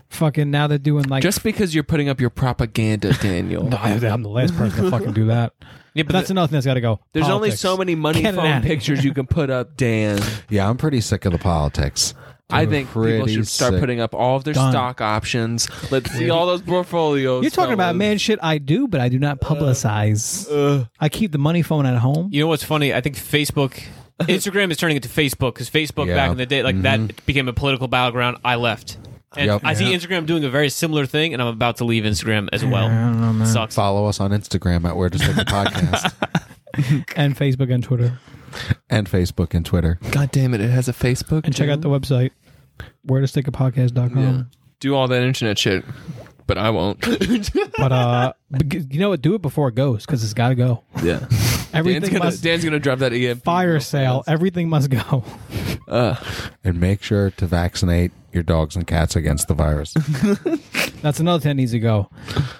S2: Fucking now they're doing like.
S3: Just because you're putting up your propaganda, Daniel.
S2: No, I- I'm the last person to fucking do that.
S4: yeah,
S2: But that's another thing that's got to go.
S3: There's only
S2: Politics.
S3: so many money
S2: Get it
S3: phone
S2: outta here.
S3: pictures you can put up, Dan.
S1: Yeah, I'm pretty sick of the politics.
S3: I think people
S1: pretty
S3: should start
S1: sick.
S3: putting up all of their
S2: Done.
S3: stock options. Let's see all those portfolios.
S2: You're talking about
S3: fellas.
S2: man shit I do, but I do not publicize. I keep the money phone at home.
S4: You know what's funny? I think Facebook, Instagram is turning into Facebook because Facebook
S1: Yeah.
S4: back in the day, like that became a political battleground. I left. And
S1: Yep.
S4: I see Instagram doing a very similar thing, and I'm about to leave Instagram as well.
S2: I don't know, man.
S4: Sucks.
S1: Follow us on Instagram at Where to Stick It Podcast
S2: And Facebook and Twitter.
S1: and Facebook and Twitter.
S3: God damn it! It has a Facebook.
S2: And check
S3: too?
S2: out the website, where to stick a podcast.com.
S3: Yeah. Do all that internet shit, but I won't.
S2: But uh, but g- you know what? Do it before it goes because it's got to go.
S3: yeah. Dan's
S2: Everything
S3: gonna,
S2: must
S3: Dan's gonna drop that E again.
S2: fire sale. Everything must go.
S3: Uh,
S1: And make sure to vaccinate your dogs and cats against the virus.
S2: That's another ten needs to go.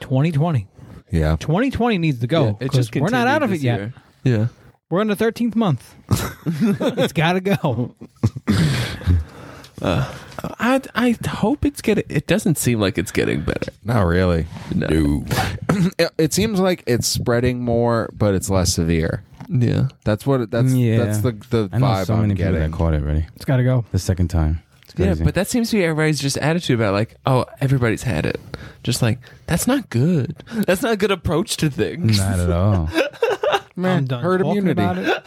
S2: 2020.
S1: Yeah.
S2: 2020 needs to go because we're not out of it yet.
S3: Yeah.
S2: We're in the 13th month. it's got to go.
S3: I I hope it's getting. It doesn't seem like it's getting better.
S1: Not really.
S3: No.
S1: It, it seems like it's spreading more, but it's less severe.
S3: Yeah.
S1: That's what. It, that's
S5: Yeah.
S1: that's the the
S5: I know
S1: vibe
S5: so
S1: I'm
S5: many people
S1: getting.
S5: that caught it already.
S2: It's got to go.
S5: The second time. It's
S3: Yeah,
S5: crazy.
S3: but that seems to be everybody's just attitude about like, oh, everybody's had it. Just like that's not good. That's not a good approach to things.
S5: not at all.
S2: I'm done
S1: herd
S2: talking
S1: immunity.
S2: about it.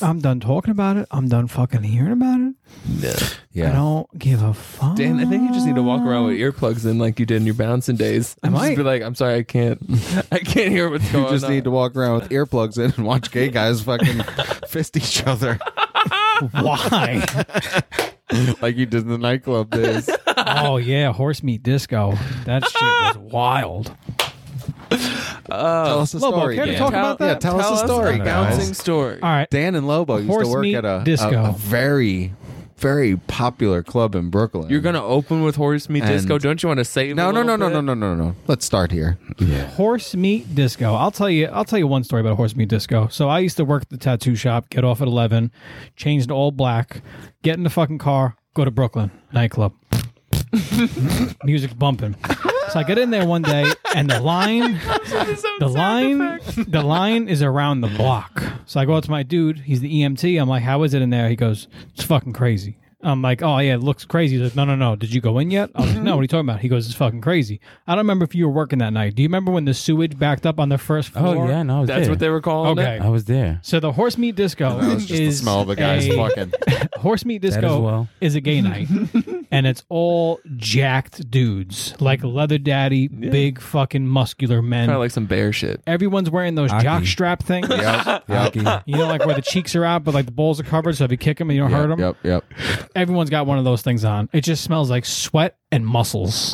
S2: I'm done talking about it. I'm done fucking hearing about it. I
S1: Yeah.
S2: don't give a fuck.
S3: Dan, I think you just need to walk around with earplugs in like you did in your bouncing days. And
S2: might.
S3: just be like, I'm sorry, I can't. I can't hear what's going
S1: You just
S3: on.
S1: need to walk around with earplugs in and watch gay guys fucking fist each other
S2: why.
S1: like you did in the nightclub days.
S2: oh yeah, horse meat disco. That shit was wild.
S1: tell us a
S2: Lobo,
S1: story.
S2: care to
S1: Dan.
S2: talk about
S1: Yeah,
S2: that?
S1: tell, us a story,
S3: the
S1: guys.
S3: bouncing story.
S2: All right.
S1: Dan and Lobo used
S2: Horse
S1: to work
S2: meat
S1: at a,
S2: disco.
S1: a- a very, very popular club in Brooklyn.
S3: You're gonna open with horse meat
S1: And-
S3: disco. Don't you want to save?
S1: no,
S3: a
S1: Oh, no, no,
S3: little
S1: no,
S3: bit?
S1: no, no, no, no. Let's start here.
S2: Horse meat disco. I'll tell you. I'll tell you one story about horse meat disco. So I used to work at the tattoo shop. Get off at eleven, change to all black, get in the fucking car, go to Brooklyn nightclub. Music's bumping. So I get in there one day, and the line, the line, the line is around the block. So I go out to my dude. He's the EMT. I'm like, "How is it in there?" He goes, "It's fucking crazy." I'm like, "Oh yeah, it looks crazy." He's like, "No, no, no. Did you go in yet?" I was like, "No." What are you talking about? He goes, "It's fucking crazy." I don't remember if you were working that night. Do you remember when the sewage backed up on the first floor?
S5: Oh yeah, no, I was
S3: That's
S5: there.
S3: what they were calling
S2: Okay.
S3: it.
S5: I was there.
S2: So the horse meat disco
S1: That was just
S2: is
S1: the smell of the guys
S2: a-
S1: fucking.
S2: horse meat disco
S5: as well.
S2: is a gay night and it's all jacked dudes like leather daddy big fucking muscular men
S3: Kind of like some bear shit.
S2: everyone's wearing those
S5: Aki.
S2: jock strap things
S1: Yep, yep, yep,
S2: you know like where the cheeks are out but like the balls are covered so if you kick them you don't hurt them
S1: yep, yep.
S2: everyone's got one of those things on it just smells like sweat and muscles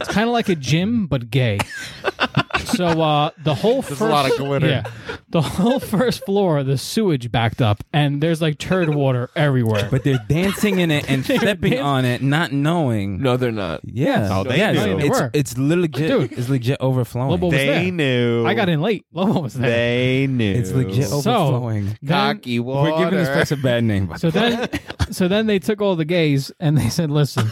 S2: it's kind of like a gym but gay So uh, the whole
S1: There's
S2: first,
S1: a lot of glitter.
S2: yeah, the whole first floor, the sewage backed up, and there's like turd water everywhere.
S5: But they're dancing in it and stepping on it, not knowing.
S3: No, they're not.
S5: Yeah,
S1: Oh, they
S5: yes.
S1: knew.
S2: They
S5: It's
S2: were.
S5: it's legit.
S2: Dude.
S5: It's legit overflowing.
S2: Lobo was
S8: They
S2: there.
S8: knew.
S2: I got in late. Lobo was there.
S8: They knew.
S5: it's legit
S2: So-
S5: overflowing.
S2: Then-
S1: Cocky water.
S5: We're giving this place a bad name. by the
S2: So then, so then they took all the gays and they said, "Listen,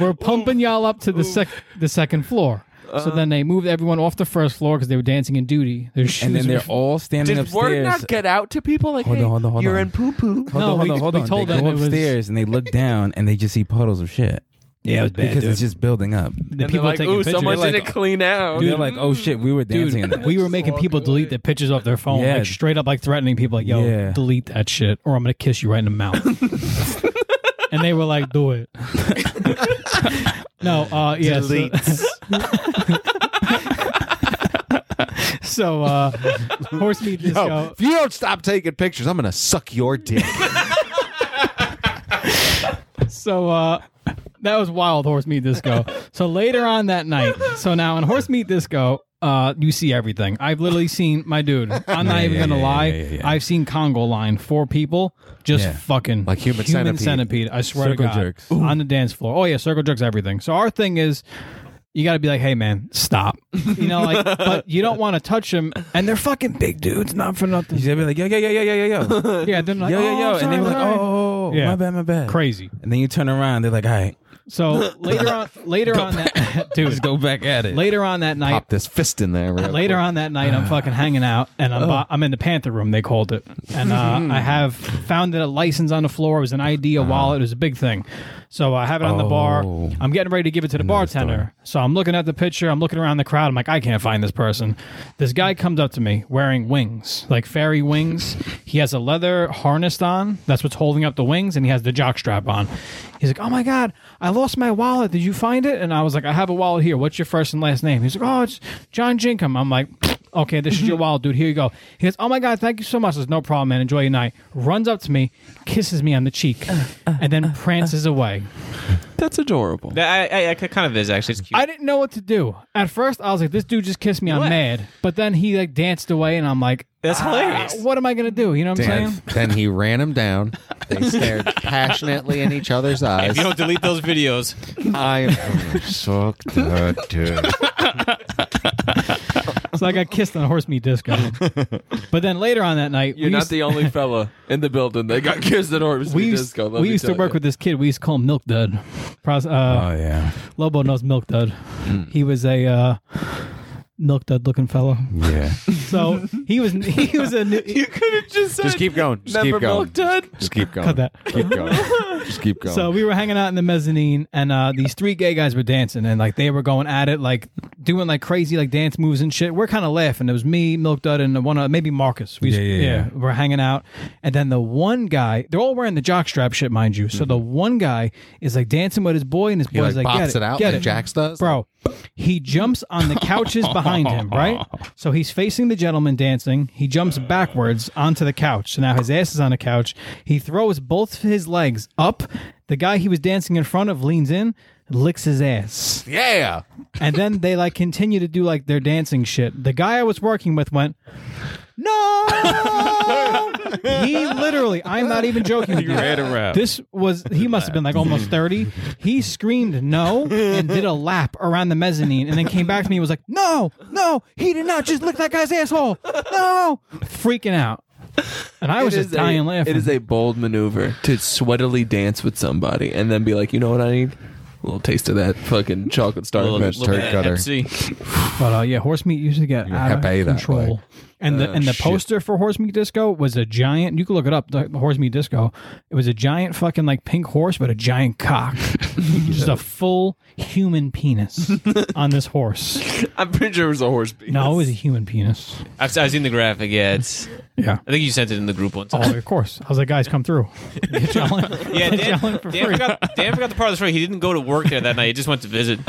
S2: we're pumping y'all up to the sec- the second floor." So then they moved everyone off the first floor because they were dancing in duty. Their shoes
S5: and then
S2: were-
S5: they're all standing
S3: Did
S5: upstairs.
S3: word not get out to people? Like,
S5: Hold
S3: hey,
S5: on, hold on, hold
S3: you're
S5: on.
S3: in poo poo.
S5: Hold
S2: No,
S5: on, hold
S2: we-
S5: on, hold
S2: we
S5: on.
S2: told
S5: they
S2: them
S5: go
S2: it was-
S5: upstairs and they look down and they just see puddles of shit.
S9: Yeah, it was bad,
S5: because
S9: dude.
S5: it's just building up.
S2: the people
S3: like,
S2: taking
S3: ooh,
S2: pictures.
S3: someone
S5: They're
S3: didn't
S5: like,
S3: clean out.
S5: They're like, oh shit, we were dancing in
S2: Dude,
S5: that.
S2: we were making people delete their pictures off their phone,
S5: Yeah.
S2: like straight up, like threatening people, like, "Yo,
S5: Yeah.
S2: delete that shit, or I'm gonna kiss you right in the mouth." and they were like, "Do it." no, uh, yeah, so- So, uh, horse meat disco.
S1: Oh, if you don't stop taking pictures, I'm gonna suck your dick.
S2: So uh that was wild horse meat disco. so later on that night, so now in horse meat disco, uh you see everything. I've literally seen my dude. I'm not even
S5: yeah,
S2: gonna
S5: yeah,
S2: lie.
S5: yeah, yeah, yeah.
S2: I've seen Congo line four people just
S5: Yeah.
S2: fucking
S1: Like human centipede.
S2: I swear
S5: Circle
S2: to God,
S5: jerks.
S2: on the dance floor. Oh yeah, circle jerks everything. So our thing is. You got to be like, hey man, stop. You know, like, but you don't want to touch them, and they're fucking big dudes, not for nothing.
S5: They'd be like, yo, yo, yo, yo, yo, yo, yo, yo,
S2: Yeah, they're like,
S5: yo,
S2: oh,
S5: yo, and
S2: sorry,
S5: they were like,
S2: sorry."
S5: oh,
S2: Yeah.
S5: my bad, my bad.
S2: crazy.
S5: And then you turn around, they're like, all right,
S2: So later on, later on that, dude,
S5: let's go back at it.
S2: Later on that night,
S1: Pop this fist in there. real
S2: later
S1: quick. Oh.
S2: on that night, I'm fucking hanging out, and I'm, bo- I'm in the Panther room. They called it, and uh,
S1: Hmm.
S2: I have found that a license on the floor. It was an ID,
S1: Uh-huh.
S2: a wallet. It was a big thing. So I have it on the bar.
S5: Oh.
S2: I'm getting ready to give it to the bartender. So I'm looking at the picture. I'm looking around the crowd. I'm like, I can't find this person. This guy comes up to me wearing wings, like fairy wings. he has a leather harness on. That's what's holding up the wings, and he has the jock strap on. He's like, Oh my god, I lost my wallet. Did you find it? And I was like, I have a wallet here. What's your first and last name? He's like, Oh, it's John Jinkum. I'm like. Okay, this is your wallet, dude. Here you go. He goes, Oh my God, thank you so much. There's no problem, man. Enjoy your night. Runs up to me, kisses me on the cheek,
S4: Uh,
S2: and then prances away.
S3: That's adorable.
S4: That, I, I, I kind of is actually. It's cute.
S2: I didn't know what to do. At first, I was like, "This dude just kissed me. I'm
S4: What?
S2: mad." But then he like danced away, and I'm like,
S4: That's
S2: "Ah,
S4: hilarious.
S2: "What am I gonna do?" You know what I'm
S1: Then,
S2: saying?
S1: then he ran him down. They stared passionately in each other's eyes.
S4: If you don't delete those videos,
S1: I am gonna suck that dick.
S2: So I got kissed on a horse meat disco. but then later on that night,
S3: You're
S2: we
S3: not
S2: used,
S3: the only fella in the building that got kissed at Orbs
S2: we used,
S3: Disco. let
S2: we
S3: me
S2: used to
S3: tell
S2: work
S3: you.
S2: with this kid. We used to call him Milk Dud. Pros- uh,
S5: oh, yeah.
S2: Lobo knows Milk Dud. He was a uh, Milk Dud looking fellow.
S5: Yeah.
S2: So he was he was a new,
S3: You could have just said.
S1: Just keep going. Just
S3: Remember
S1: keep going.
S3: Milk Dud?
S1: Just keep going.
S2: Cut that.
S1: Keep going. Just keep going.
S2: So we were hanging out in the mezzanine, and uh, these three gay guys were dancing, and like they were going at it, like doing like crazy like dance moves and shit. We're kind of laughing. It was me, Milk Dud, and one of maybe Marcus. We
S5: Yeah, yeah, yeah.
S2: We're hanging out, and then the one guy, they're all wearing the jockstrap shit, mind you. So the one guy is like dancing with his boy, and his
S1: he
S2: boy's
S1: like,
S2: like,
S1: bops
S2: get
S1: it, out
S2: get
S1: like Jax does.
S2: Bro, he jumps on the couches behind him, right? So he's facing the gentleman dancing. He jumps backwards onto the couch. So now his ass is on the couch. He throws both his legs up. The guy he was dancing in front of leans in, licks his ass.
S1: Yeah.
S2: And then they like continue to do like their dancing shit. The guy I was working with went, No! he literally, I'm not even joking with you.
S1: Oh.
S5: around.
S2: This was he must have been like almost thirty. He screamed no and did a lap around the mezzanine and then came back to me and was like, No, no, he did not just lick that guy's asshole. No freaking out. And I was
S3: It
S2: just
S3: is a-
S2: dying laughing.
S3: It is a bold maneuver to sweatily dance with somebody and then be like, you know what I need? A little taste of that fucking chocolate star
S4: little,
S3: mix.
S4: little
S1: turd
S4: bit of
S1: cutter.
S4: Pepsi.
S2: but uh, yeah, horse meat used to get out of
S1: happy that oh, way.
S2: control. And the and the poster for horse meat disco was a giant. You can look it up. The, the horse meat disco. It was a giant fucking like pink horse, but a giant cock, just a full human penis on this horse.
S3: I'm pretty sure it was a horse beef.
S2: No, it was a human penis.
S4: I've, I've seen the graphic. Yeah, it's.
S2: Yeah.
S4: I think you sent it in the group once.
S2: Oh, of course. I was like, guys, come through. Get y'all in,
S4: yeah,
S2: get
S4: Dan,
S2: y'all in for
S4: Dan
S2: free.
S4: forgot, Dan forgot the part of the story. He didn't go to work there that night. He just went to visit.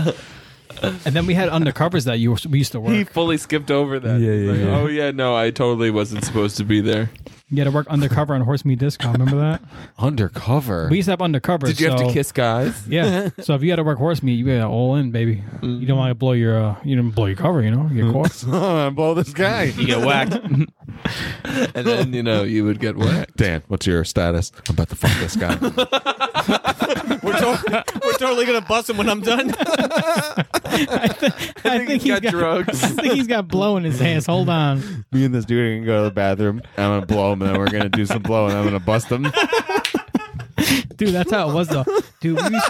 S2: And then we had undercovers that you we used to work.
S3: He fully skipped over that.
S5: Yeah,
S3: He's
S5: yeah,
S3: like,
S5: yeah.
S3: Oh yeah, no, I totally wasn't supposed to be there.
S2: You had to work undercover on horse meat discount. Remember that?
S1: Undercover.
S2: We used to have undercover.
S3: Did you have
S2: so-
S3: to kiss guys?
S2: Yeah. So if you had to work horse meat, you had all in, baby. You don't want to blow your uh, you don't blow your cover. You know, you get caught.
S1: blow this guy.
S4: You get whacked.
S3: And then, you know, you would get whacked.
S1: Dan, what's your status? I'm about to fuck this guy.
S4: We're, to- we're totally gonna bust him when I'm done.
S2: I think,
S3: He's got drugs.
S2: I think he's got blow in his ass. Hold on.
S1: Me and this dude are gonna go to the bathroom. I'm gonna blow him, and then we're gonna do some blow, and I'm gonna bust him.
S2: Dude, that's how it was though. Dude, we used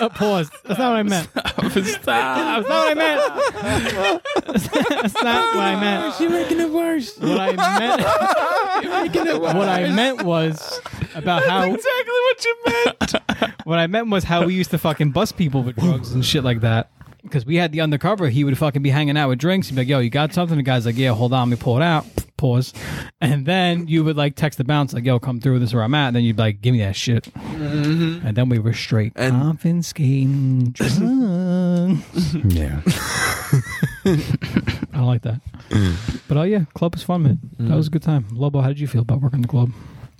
S2: Uh, pause. That's not what I meant. That's not what I meant. That's not what I meant. You're making it worse. What I meant. What I meant was about how
S3: exactly what you meant.
S2: what I meant was how we used to fucking bust people with drugs and shit like that. Because we had the undercover, he would fucking be hanging out with drinks. He'd be like, "Yo, you got something?" The guy's like, "Yeah, hold on, let me pull it out." Pause, and then you would like text the bounce like, "Yo, come through. This is where I'm at." And then you'd be like, "Give me that shit," and then we were straight
S3: And-
S2: confiscating drugs.
S5: Yeah.
S2: I like that, but oh yeah, club was fun, man. That was a good time. Lobo, how did you feel about working the club?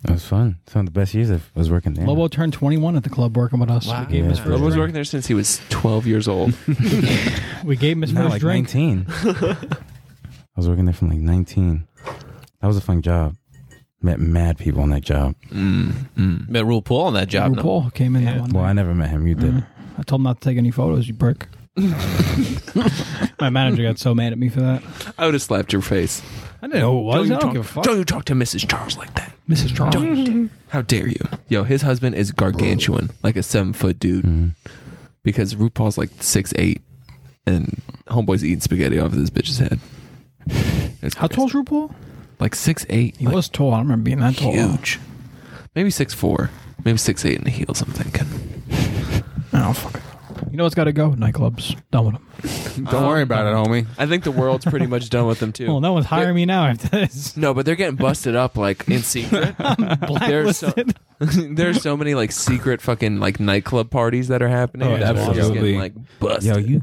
S5: That was fun. Some of the best years I was working there.
S2: Lobo turned 21 at the club working with us. We gave him his
S5: Yeah.
S2: first
S3: was
S2: drink.
S3: working there since he was 12 years old.
S2: We gave him his
S5: No,
S2: first
S5: like
S2: drink.
S5: 19. I was working there from like 19. That was a fun job. Met mad people on that job.
S3: Mm-hmm.
S4: Met Rule Paul on that job. No.
S2: RuPaul came in that one.
S5: Well,
S2: night.
S5: I never met him. You did.
S2: I told him not to take any photos, you prick. My manager got so mad at me for that.
S3: I would have slapped your face.
S2: I didn't know who it was. I don't
S3: talk,
S2: give a fuck.
S3: don't you talk to Mrs. Charles like that.
S2: Mrs. Charles.
S3: How dare you? Yo, his husband is gargantuan, like a seven foot dude.
S2: Mm-hmm.
S5: Mm-hmm.
S3: Because RuPaul's like six eight, and homeboy's eating spaghetti off of this bitch's head. It's
S2: How
S3: crazy.
S2: tall's RuPaul?
S3: Like six eight.
S2: He was tall. I don't remember being that tall.
S3: huge. Maybe six four. Maybe six eight in the heels. I'm thinking.
S2: Oh, fuck. it. You know what's got to go? Nightclubs. Done with them.
S1: Don't worry about it, homie.
S3: I think the world's pretty much done with them too.
S2: Well, no one's hiring me now after this.
S3: No, but they're getting busted up like in secret. There's so,
S2: Blacklisted.
S3: there's so many like secret fucking like nightclub parties that are happening.
S5: Oh,
S3: They're just
S5: absolutely.
S3: Getting, like busted.
S5: Yo, you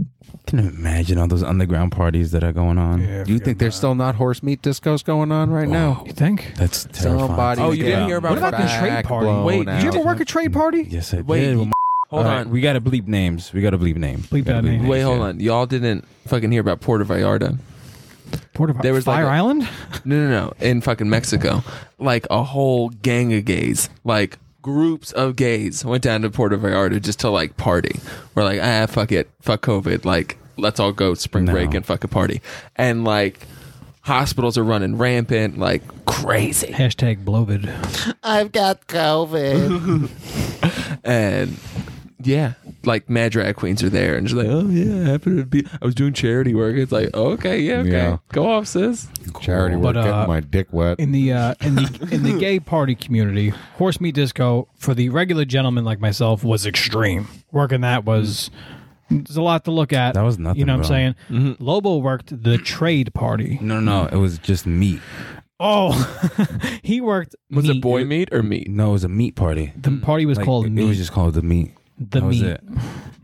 S5: can imagine all those underground parties that are going on.
S1: You think there's still not horse meat discos going on right now?
S2: You think?
S5: That's terrifying.
S1: Somebody
S3: Oh, you didn't
S1: getting
S3: hear about
S1: their
S3: What about
S2: the trade
S1: back
S2: party?
S1: blown
S3: Wait,
S1: out. Mm.
S3: did you ever
S2: work a trade party?
S5: Yes, I
S3: Wait,
S5: did.
S3: hold
S5: All
S3: hold
S5: right,
S3: on.
S5: we gotta bleep names. We gotta bleep names.
S2: Bleep
S5: Gotta
S2: that name.
S3: Wait, hold
S5: yeah.
S3: on. Y'all didn't fucking hear about Puerto Vallarta.
S2: Port of
S3: There was like
S2: Fire
S3: a-
S2: Island?
S3: No, no, no. In fucking Mexico. Like a whole gang of gays. Like groups of gays went down to Puerto Vallarta just to like party. We're like, ah, fuck it. Fuck COVID. Like, let's all go spring
S5: No.
S3: break and fuck a party. And like, hospitals are running rampant. Like, crazy.
S2: Hashtag bloated.
S6: I've got COVID.
S3: and yeah, like mad drag queens are there, and she's like, "Oh yeah, I happened to be. I was doing charity work. It's like, okay, yeah, okay,
S1: Yeah.
S3: go off, sis.
S1: Charity work,
S2: But, uh,
S1: getting my dick wet.
S2: in the uh, in the in the gay party community, horse meat disco for the regular gentleman like myself was extreme. Working that was there's a lot to look at.
S5: That was nothing,
S2: You know what
S5: bro.
S2: I'm saying? Lobo worked the trade party.
S5: No, no, no. It was just meat.
S2: Oh, he worked.
S3: Was
S2: meat.
S3: it boy meat or meat?
S5: No, it was a meat party.
S2: The party was
S5: Like,
S2: called
S5: it,
S2: meat.
S5: It was just called the meat.
S2: the
S5: that
S2: meat.
S5: Was it.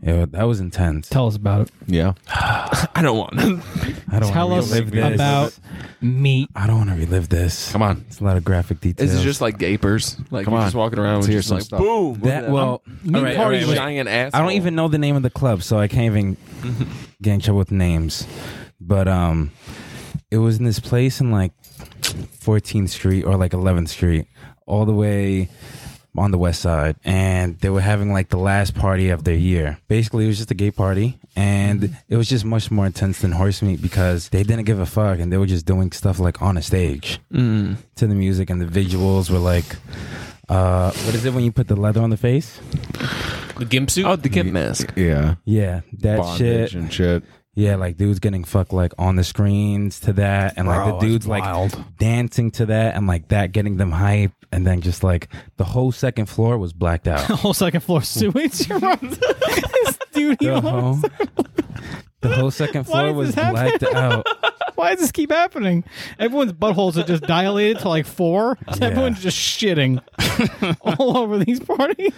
S5: Yeah, that was intense.
S2: Tell us about it.
S1: yeah.
S3: I don't want. to.
S5: I don't
S2: Tell
S5: wanna
S2: us
S5: relive this.
S2: about meat.
S5: I don't want to relive this.
S1: Come on.
S5: It's a lot of graphic details.
S3: Is it just like gapers? Like
S1: Come
S3: you're
S1: on.
S3: just walking around
S1: Let's
S3: with
S1: hear
S3: just
S1: some
S3: like
S1: stuff.
S3: boom.
S5: that? Well, all right, all right,
S3: I'm
S5: wait.
S3: giant ass.
S5: I don't even know the name of the club, so I can't even get in trouble with names. But um, it was in this place in like 14th Street or like 11th Street, all the way on the west side, and they were having like the last party of their year. Basically, it was just a gay party, and it was just much more intense than horse meat because they didn't give a fuck and they were just doing stuff like on a stage
S1: Mm.
S5: to the music, and the visuals were like. Uh, what is it when you put the leather on the face?
S4: The gimp suit.
S3: Oh, the gimp mask.
S1: Yeah.
S5: Yeah, that
S1: Bondage
S5: shit.
S1: and shit.
S5: Yeah, like dudes getting fucked like on the screens to that, and like the dudes like dancing to that, and like that getting them hype, and then just like the whole second floor was blacked out.
S2: The whole second floor sewage. this dude, he
S5: the,
S2: wants-
S5: whole, the whole second
S2: Why
S5: floor
S2: does
S5: was
S2: this happen?
S5: blacked out.
S2: Why does this keep happening? Everyone's buttholes are just dilated to like four. So
S5: Yeah.
S2: Everyone's just shitting all over these parties.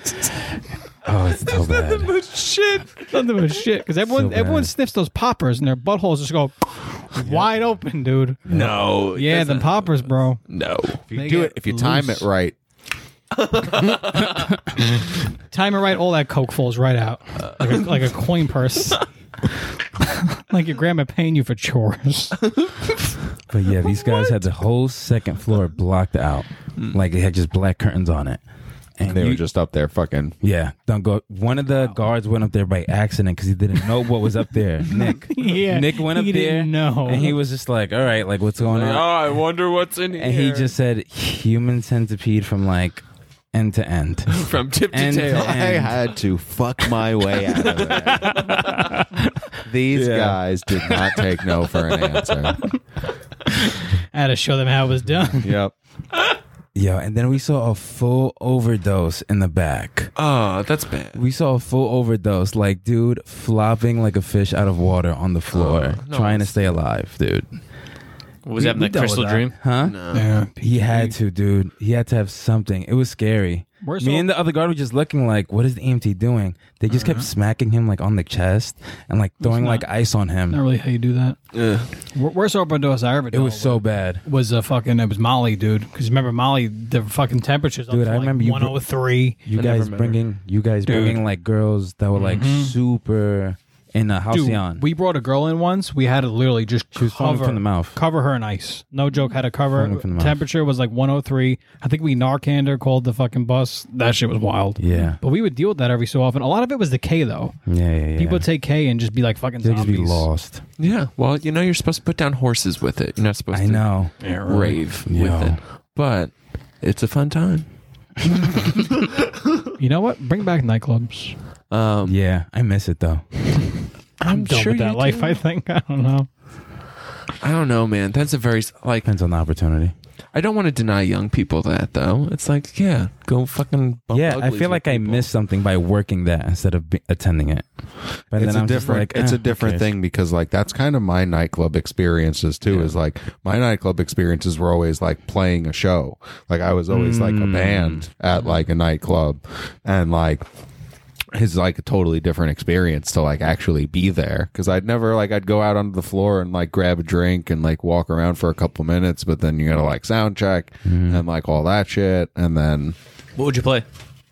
S5: Oh, it's so bad.
S4: shit.
S2: Nothing but shit. Because everyone
S5: bad.
S2: everyone sniffs those poppers and their buttholes just go wide open, dude.
S3: No.
S2: Yeah, the poppers, bro.
S3: No.
S1: If you do it, if you time it right,
S2: Time it right, all that coke falls right out
S5: Uh.
S2: like a, like a coin purse. like your grandma paying you for chores.
S5: But yeah, these guys had the whole second floor blocked out. Like it had just black curtains on it. And
S1: they
S5: you-
S1: were just up there fucking.
S5: yeah, don't go. One of the guards went up there by accident because he didn't know what was up there. Nick,
S2: Yeah,
S5: Nick went up
S2: he didn't
S5: there,
S2: know.
S5: and he was just like, "All right, like what's going
S3: Oh,
S5: on?"
S3: I wonder what's in here.
S5: And he just said, "Human centipede from like end to end."
S3: from tip to
S5: And-
S3: tail.
S1: I had to fuck my way out of it. These guys did not take no for an answer.
S2: I had to show them how it was done.
S1: Yep.
S5: Yo, and then we saw a full overdose in the back.
S3: Oh, that's bad.
S5: We saw a full overdose, like dude flopping like a fish out of water on the floor,
S3: Oh, no.
S5: trying to stay alive, dude.
S4: Was that in the crystal dream?
S5: Huh?
S2: Yeah.
S5: He had to, dude. He had to have something. It was scary.
S2: Where's
S5: Me
S2: all-
S5: and the other guard were just looking like, what is the EMT doing? They just
S2: Uh-huh.
S5: kept smacking him like on the chest and like throwing like ice on him.
S2: Not really how you do that. Wor- Worst overdose I ever
S5: it was so bad.
S2: was a fucking it was Molly, dude. Because remember Molly, the fucking temperatures.
S5: Dude,
S2: up to
S5: I
S2: like
S5: remember you br-
S2: 103.
S5: You
S3: I never
S5: guys
S3: met her.
S5: bringing you guys bringing like girls that were like super in a
S2: Mm-hmm. Dude,
S5: halcyon.
S2: we brought a girl in once. We had to literally just
S5: She was foaming
S2: cover
S5: from the mouth.
S2: cover her in ice. No joke, had to cover.
S5: Foaming from the mouth.
S2: Temperature was like 103. I think we Narcaned her, called the fucking bus. That shit was wild.
S5: yeah.
S2: But we would deal with that every so often. A lot of it was the K though.
S5: Yeah, yeah, yeah.
S2: People would take K and just be like fucking
S5: They'll
S2: zombies.
S5: just be lost.
S3: Yeah. Well, you know, you're supposed to put down horses with it. You're not supposed
S5: I
S3: to
S5: know.
S3: rave
S5: Yo.
S3: with it. But it's a fun time.
S2: You know what? Bring back nightclubs.
S3: Um,
S5: Yeah, I miss it though.
S3: I'm,
S2: Done
S3: sure
S2: with that
S3: you
S2: life.
S3: do.
S2: I think. I don't know.
S3: I don't know, man. That's a very like.
S5: Depends on the opportunity.
S3: I don't want to deny young people that though. It's like, yeah, go fucking. Bump
S5: yeah, I
S3: uglies
S5: feel
S3: with
S5: like I
S3: people.
S5: missed something by working that instead of be- attending it. But
S1: it's
S5: then
S1: a
S5: I'm just
S1: different
S5: like,
S1: it's
S5: eh,
S1: a different
S5: who cares?
S1: thing because like that's kind of my nightclub experiences too is like my nightclub experiences were always like playing a show like i was always like a band
S5: Mm.
S1: at like a nightclub and like it's like a totally different experience to like actually be there because i'd never like i'd go out onto the floor and like grab a drink and like walk around for a couple minutes but then you gotta like sound check
S5: Mm-hmm.
S1: and like all that shit and then
S4: What would you play?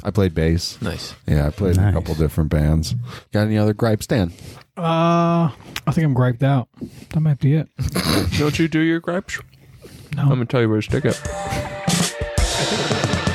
S1: i played bass
S4: Nice.
S1: yeah i played in a
S5: Nice.
S1: couple different bands got any other gripes dan
S2: Uh, I think I'm griped out. That might be it.
S3: Don't you do your gripes? No. I'm gonna tell you where to stick it.